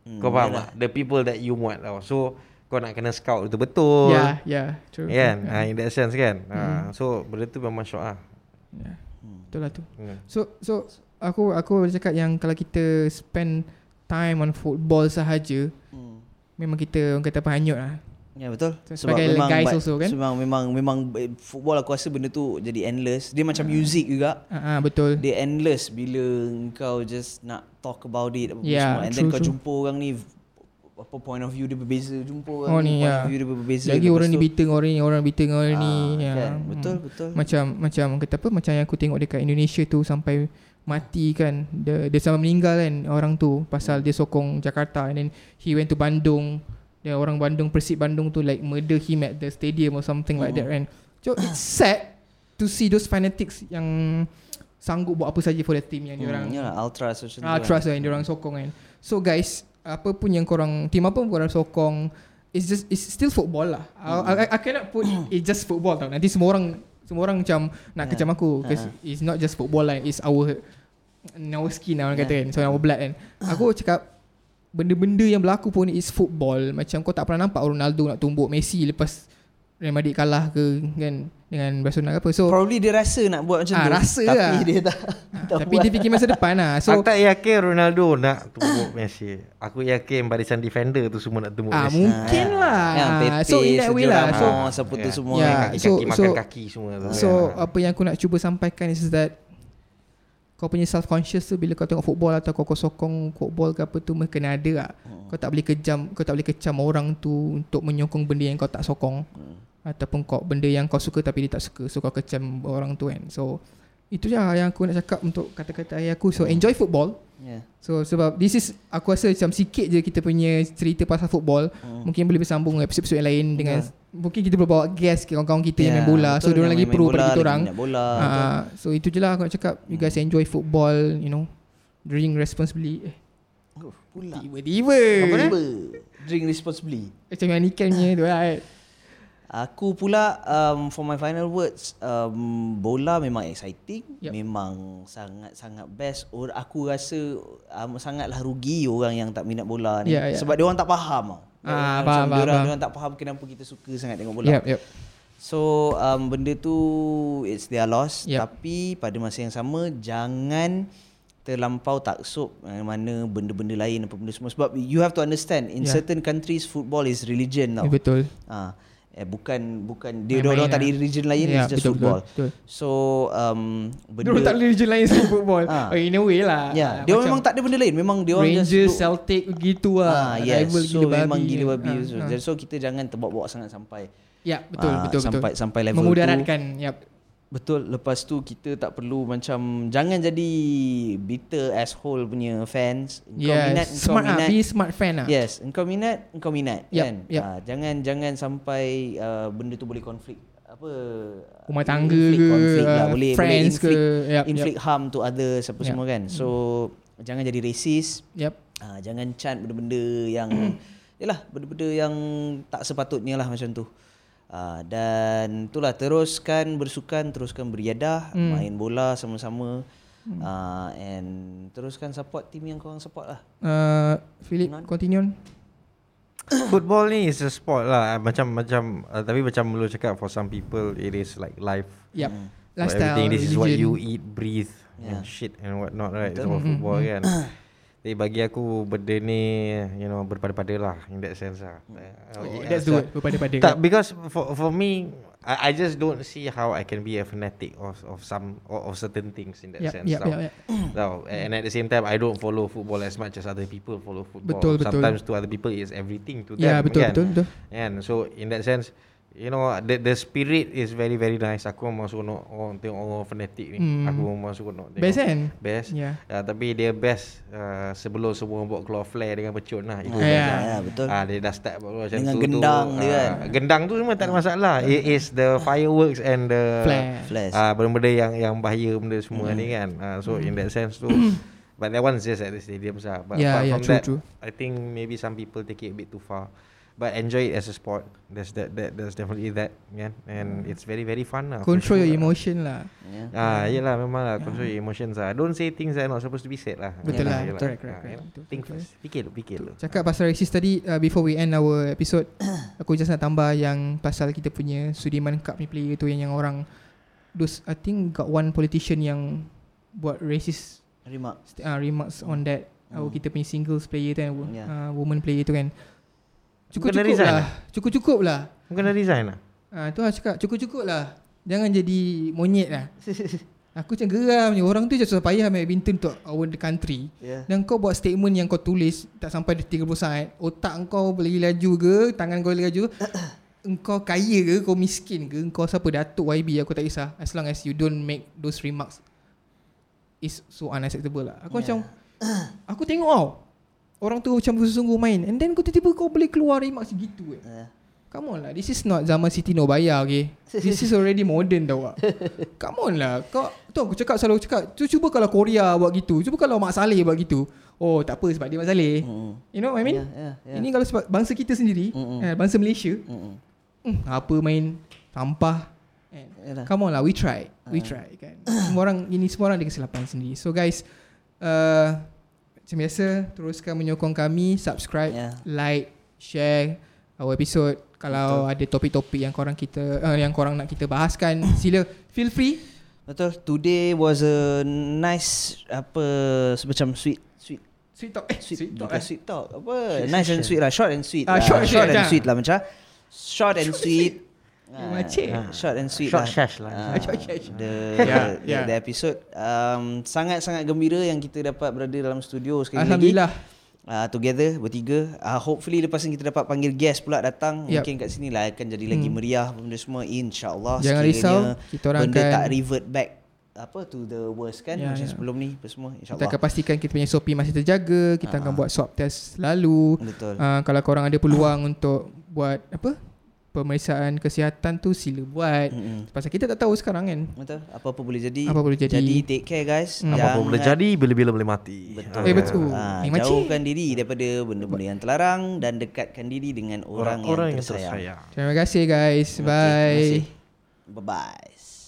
Speaker 2: Hmm,
Speaker 3: Kau faham tak? The people that you want tau. So kau nak kena scout betul-betul.
Speaker 2: Yeah, yeah, Ya, true. Hmm.
Speaker 3: Kan? Ha, in that sense kan. Ha, so benda tu memang syok ah.
Speaker 2: Yeah. Betul lah tu.
Speaker 3: Hmm.
Speaker 2: So so aku aku boleh cakap yang kalau kita spend time on football sahaja,
Speaker 1: Hmm.
Speaker 2: memang kita orang kata apa hanyut lah.
Speaker 1: Ya betul.
Speaker 2: So, sebagai guys
Speaker 1: but-
Speaker 2: also, kan?
Speaker 1: Memang memang memang eh, football aku rasa benda tu jadi endless. Dia macam
Speaker 2: Hmm.
Speaker 1: music juga.
Speaker 2: Ah, ah, betul.
Speaker 1: Dia endless bila kau just nak talk about it apa
Speaker 2: Yeah,
Speaker 1: semua. And
Speaker 2: true,
Speaker 1: then kau
Speaker 2: true.
Speaker 1: jumpa orang ni apa point of view dia berbeza, jumpa orang
Speaker 2: Oh,
Speaker 1: ni
Speaker 2: ni,
Speaker 1: point
Speaker 2: ya.
Speaker 1: of view dia berbeza.
Speaker 2: Lagi
Speaker 1: Lepas
Speaker 2: orang ni
Speaker 1: tu-
Speaker 2: beating orang ni, orang beating orang
Speaker 1: Ah,
Speaker 2: ni. Ya.
Speaker 1: kan?
Speaker 2: Hmm.
Speaker 1: Betul betul.
Speaker 2: Macam macam kata apa? Macam yang aku tengok dekat Indonesia tu sampai mati kan. Dia, dia sampai meninggal kan orang tu pasal dia sokong Jakarta and then he went to Bandung. Dan orang Bandung Persib Bandung tu like murder him at the stadium or something like that kan. So it's sad to see those fanatics yang sanggup buat apa saja for their team yang
Speaker 1: Hmm,
Speaker 2: dia orang
Speaker 1: yalah, ultra social.
Speaker 2: Ah, trust yang diorang sokong kan. So guys, apa pun yang korang team apa pun korang sokong, it's just it's still football lah. I, I, I cannot put it's just football tau. Nanti semua orang semua orang macam nak
Speaker 1: Yeah.
Speaker 2: kecam aku because it's not just football lah, it's our in our skin lah orang kata kan. So our blood kan. Aku cakap benda-benda yang berlaku pun is football. Macam kau tak pernah nampak Ronaldo nak tumbuk Messi lepas Real Madrid kalah ke kan dengan Barcelona ke apa. So
Speaker 1: Probably dia rasa nak buat macam
Speaker 2: Ah,
Speaker 1: tu.
Speaker 2: rasa
Speaker 1: tapi
Speaker 2: lah.
Speaker 1: dia tak. tak
Speaker 2: tapi dia fikir masa depan lah.
Speaker 3: So,
Speaker 2: So
Speaker 3: aku tak yakin Ronaldo nak tumbuk Messi. Aku yakin barisan defender tu semua nak tumbuk
Speaker 2: Ah,
Speaker 3: Messi.
Speaker 2: mungkin lah.
Speaker 1: Ya, Pepe,
Speaker 2: so in that way lah. So
Speaker 3: Ah,
Speaker 1: Sergio Ramos, apa tu
Speaker 3: ya.
Speaker 1: semua.
Speaker 2: Yeah.
Speaker 3: kaki-kaki
Speaker 2: Ya, so-
Speaker 3: makan
Speaker 2: so-
Speaker 3: kaki semua tu.
Speaker 2: So uh,
Speaker 3: kan.
Speaker 2: apa yang aku nak cuba sampaikan is that kau punya self conscious tu bila kau tengok football atau kau, kau sokong football ke apa tu mesti kena ada lah. Kau tak boleh kejam, kau tak boleh kecam orang tu untuk menyokong benda yang kau tak sokong ataupun kau benda yang kau suka tapi dia tak suka. So kau kecam orang tu kan. So itu je lah yang aku nak cakap untuk kata-kata ayah aku. So enjoy football.
Speaker 1: Yeah.
Speaker 2: So sebab this is aku rasa macam sikit je kita punya cerita pasal football.
Speaker 1: Hmm.
Speaker 2: Mungkin boleh bersambung dengan episod-episod yang lain dengan mungkin kita boleh bawa guest ke kawan-kawan kita yang
Speaker 1: Yeah,
Speaker 2: main bola.
Speaker 1: Ya,
Speaker 2: So
Speaker 1: betul,
Speaker 2: dia
Speaker 1: yang
Speaker 2: lagi
Speaker 1: main
Speaker 2: pro
Speaker 1: bola,
Speaker 2: pada kita
Speaker 1: lagi
Speaker 2: orang.
Speaker 1: minat bola. betul.
Speaker 2: Ah, so itu je lah aku nak cakap You guys enjoy football You know Drink responsibly eh,
Speaker 1: Oh, Pula.
Speaker 2: Tiba-tiba
Speaker 1: Apa ni? Drink responsibly.
Speaker 2: Macam yang Nikan punya tu lah eh.
Speaker 1: Aku pula um, for my final words um, bola memang exciting,
Speaker 2: Yup.
Speaker 1: memang sangat-sangat best. Or aku rasa um, sangatlah rugi orang yang tak minat bola ni
Speaker 2: Ya, ya.
Speaker 1: sebab dia orang tak faham. tau.
Speaker 2: Ah,
Speaker 1: Macam
Speaker 2: faham, faham,
Speaker 1: diorang-
Speaker 2: faham.
Speaker 1: diorang tak faham kenapa kita suka sangat tengok bola.
Speaker 2: Yep, yep.
Speaker 1: So um, benda tu it's their loss
Speaker 2: Yep.
Speaker 1: yep. tapi pada masa yang sama jangan terlampau taksub eh, mana benda-benda lain apa benda semua sebab you have to understand in
Speaker 2: Yeah.
Speaker 1: yeah. certain countries football is religion tau.
Speaker 2: Eh, Betul
Speaker 1: Ah, eh, bukan bukan dia orang
Speaker 2: Main-main lah.
Speaker 1: tak ada religion lain yeah, it's just football.
Speaker 2: betul, betul.
Speaker 1: So um
Speaker 2: Dia orang tak
Speaker 1: benda
Speaker 2: boleh religion lain Selain football
Speaker 1: Ah.
Speaker 2: Eh, In a way lah
Speaker 1: Ya,
Speaker 2: Ah,
Speaker 1: dia
Speaker 2: macam
Speaker 1: memang tak ada benda lain. Memang dia orang just
Speaker 2: Rangers,
Speaker 1: duduk-
Speaker 2: Celtic gitu lah
Speaker 1: Ah, yes.
Speaker 2: Rival
Speaker 1: so memang gila babi.
Speaker 2: Ah,
Speaker 1: so,
Speaker 2: ah.
Speaker 1: so kita jangan terbawa-bawa sangat sampai
Speaker 2: Ya betul
Speaker 1: Ah,
Speaker 2: betul
Speaker 1: sampai
Speaker 2: betul.
Speaker 1: sampai level tu.
Speaker 2: Memudaratkan yep.
Speaker 1: Betul. Lepas tu kita tak perlu macam jangan jadi bitter asshole punya fans. Kau
Speaker 2: Yes.
Speaker 1: minat, kau
Speaker 2: Smart ah,
Speaker 1: minat.
Speaker 2: Be smart fan lah
Speaker 1: Yes, engkau minat, engkau minat
Speaker 2: Yup,
Speaker 1: kan.
Speaker 2: yup.
Speaker 1: Ah, jangan jangan sampai uh, benda tu boleh konflik apa
Speaker 2: Rumah tangga
Speaker 1: inflict
Speaker 2: ke,
Speaker 1: konflik lah
Speaker 2: ah,
Speaker 1: boleh
Speaker 2: friends
Speaker 1: boleh inflict,
Speaker 2: ke, yup,
Speaker 1: inflict harm to others apa
Speaker 2: Yup.
Speaker 1: semua kan. So jangan jadi racist.
Speaker 2: Yep.
Speaker 1: Ah, jangan chant benda-benda yang yalah benda-benda yang tak sepatutnya lah macam tu. Ah, dan itulah teruskan bersukan, teruskan beriadah, hmm. main bola sama-sama. Hmm. Ah, and teruskan support team yang korang support lah.
Speaker 2: Uh, Philip continue on.
Speaker 3: Football ni is a sport lah macam macam uh, tapi macam lu cakap for some people it is like life.
Speaker 2: Yep.
Speaker 1: Hmm.
Speaker 3: So everything this is what you eat, breathe yeah. and shit and what not right. It's
Speaker 2: Mhm,
Speaker 3: about football kan. Tapi bagi aku benda ni you know berpada-pada lah in that sense lah. Uh,
Speaker 2: Oh,
Speaker 3: yeah,
Speaker 2: that's the
Speaker 3: so-
Speaker 2: word berpada-pada.
Speaker 3: Tak because for for me I, I just don't see how I can be a fanatic of of some of, of certain things in that
Speaker 2: Yep,
Speaker 3: sense.
Speaker 2: yep,
Speaker 3: tau.
Speaker 2: yep, yep.
Speaker 3: Tau. And at the same time I don't follow football as much as other people follow football.
Speaker 2: Betul, betul.
Speaker 3: Sometimes to other people it's everything
Speaker 2: Ya
Speaker 3: to
Speaker 2: yeah,
Speaker 3: them.
Speaker 2: betul,
Speaker 3: kan?
Speaker 2: betul betul
Speaker 3: And so in that sense You know the the spirit is very very nice. Aku memang seronok orang tengok orang fanatik ni.
Speaker 2: Hmm.
Speaker 3: Aku memang seronok tengok.
Speaker 2: Best kan?
Speaker 3: Best.
Speaker 2: Ya.
Speaker 3: Ah, tapi dia best uh, sebelum semua buat keluar flare dengan pecun lah. Itu
Speaker 2: Ya.
Speaker 3: best lah.
Speaker 1: Ya, betul.
Speaker 3: Ah dia dah start buat macam
Speaker 1: Dengan
Speaker 3: tu
Speaker 1: gendang
Speaker 3: tu,
Speaker 1: dia
Speaker 3: ah,
Speaker 1: kan.
Speaker 3: Gendang tu semua tak ada masalah. It is the fireworks and the
Speaker 2: Flare.
Speaker 1: Flash.
Speaker 3: Ah benda-benda yang yang bahaya benda semua ni
Speaker 1: Mm-hmm.
Speaker 3: kan. Ah so in that sense tu but that one's just at the stadium lah. But
Speaker 2: Yeah,
Speaker 3: apart
Speaker 2: yeah,
Speaker 3: from
Speaker 2: true,
Speaker 3: that
Speaker 2: true.
Speaker 3: I think maybe some people take it a bit too far. But enjoy it as a sport. There's that that there's definitely that kan
Speaker 1: Mm.
Speaker 3: and it's very very fun lah. for
Speaker 2: Control your
Speaker 3: sure.
Speaker 2: emotion lah
Speaker 1: Yeah.
Speaker 3: Ah, yelah memang lah Control your emotions lah Don't say things that are not supposed to be said lah
Speaker 2: Betul lah,
Speaker 3: Yelah, yelah.
Speaker 2: betul, correct,
Speaker 3: Ah,
Speaker 2: correct.
Speaker 3: yelah.
Speaker 2: Betul,
Speaker 3: Think
Speaker 2: betul.
Speaker 3: first Fikir dulu, fikir dulu
Speaker 2: Cakap pasal racist tadi uh, Before we end our episode Aku just nak tambah yang Pasal kita punya Sudiman Cup ni player tu Yang, yang orang Those I think got one politician yang Buat racist
Speaker 1: Remark.
Speaker 2: uh, remarks on that Our kita punya singles player tu kan
Speaker 1: Yeah.
Speaker 2: uh, Woman player tu kan
Speaker 3: Kena
Speaker 2: Cukup-cukup
Speaker 3: resign
Speaker 2: lah. Cukup-cukup lah.
Speaker 3: Bukan dah resign lah
Speaker 2: Ha, tu lah cakap. Cukup-cukup lah. Jangan jadi monyet lah. Aku macam geram je. Orang tu je susah payah badminton untuk our the country.
Speaker 1: Yeah.
Speaker 2: Dan kau buat statement yang kau tulis tak sampai 30 saat. Otak kau lagi laju ke? Tangan kau lagi laju? engkau kaya ke? Kau miskin ke? Engkau siapa? Datuk YB aku tak kisah. As long as you don't make those remarks is so unacceptable lah. Aku yeah. macam aku tengok tau. Orang tu macam sungguh-sungguh main and then kau tiba-tiba kau boleh keluar remarks gitu eh.
Speaker 1: Yeah.
Speaker 2: Come on lah This is not zaman Siti Nobaya okay This is already modern tau ah. Come on lah Kau Tu aku cakap selalu cakap Tu cuba kalau Korea buat gitu Cuba kalau Mak Saleh buat gitu Oh tak apa sebab dia Mak Saleh
Speaker 1: Mm-mm.
Speaker 2: You know what I mean
Speaker 1: Yeah, yeah, yeah.
Speaker 2: Ini kalau sebab bangsa kita sendiri
Speaker 1: Mm-mm.
Speaker 2: eh, Bangsa Malaysia
Speaker 1: Mm-mm.
Speaker 2: hmm, Apa main Sampah eh,
Speaker 1: Yalah.
Speaker 2: Come on lah we try We try kan Semua orang Ini semua orang ada kesilapan sendiri So guys uh, Macam biasa Teruskan menyokong kami Subscribe
Speaker 1: Yeah.
Speaker 2: Like Share Our episode Kalau ada topik-topik Yang korang kita uh, Yang korang nak kita bahaskan Sila Feel free
Speaker 1: Betul. Today was a nice apa macam sweet sweet
Speaker 2: Sweet talk Eh
Speaker 1: sweet,
Speaker 2: sweet, talk
Speaker 1: bukan
Speaker 2: eh.
Speaker 1: sweet talk apa nice and sweet lah short and sweet
Speaker 2: Ah,
Speaker 1: lah.
Speaker 2: short and sweet
Speaker 1: and
Speaker 2: macam.
Speaker 1: sweet lah macam short and sweet Ah,
Speaker 2: Macam.
Speaker 1: ah, short and sweet lah.
Speaker 3: Short shash lah.
Speaker 1: Ah,
Speaker 2: Eh, Short shash.
Speaker 1: the,
Speaker 2: Yeah,
Speaker 1: the,
Speaker 2: yeah.
Speaker 1: the episode um, sangat-sangat gembira yang kita dapat berada dalam studio sekali lagi
Speaker 2: Alhamdulillah
Speaker 1: uh, together bertiga. Uh, hopefully lepas ni kita dapat panggil guest pula datang.
Speaker 2: Yup.
Speaker 1: Yep. Mungkin kat sini lah akan jadi lagi hmm. meriah benda semua insya-Allah.
Speaker 2: Jangan risau,
Speaker 1: Sekiranya
Speaker 2: kita orang
Speaker 1: benda
Speaker 2: akan-
Speaker 1: tak revert back apa to the worst kan yeah,
Speaker 2: Ya,
Speaker 1: macam
Speaker 2: ya.
Speaker 1: yeah. sebelum ni apa semua
Speaker 2: Kita
Speaker 1: insya-Allah.
Speaker 2: akan pastikan Kita punya SOP masih terjaga Kita akan buat swab test selalu
Speaker 1: Ah. Betul.
Speaker 2: Uh, kalau korang ada peluang untuk buat apa pemeriksaan kesihatan tu sila buat.
Speaker 1: Mm-mm.
Speaker 2: Pasal kita tak tahu sekarang kan.
Speaker 1: Betul. Apa-apa boleh jadi.
Speaker 2: Apa boleh jadi.
Speaker 1: Jadi take care guys.
Speaker 2: Hmm.
Speaker 3: Apa pun boleh
Speaker 1: Jangan-
Speaker 3: jadi Bila-bila boleh mati
Speaker 1: Betul.
Speaker 2: Eh, betul.
Speaker 1: Ah,
Speaker 2: Eh, makcik.
Speaker 1: jauhkan diri daripada benda-benda yang terlarang dan dekatkan diri dengan orang,
Speaker 3: Orang
Speaker 1: yang,
Speaker 3: yang
Speaker 1: tersayang.
Speaker 3: tersayang
Speaker 2: Terima kasih guys. Bye.
Speaker 1: Bye bye.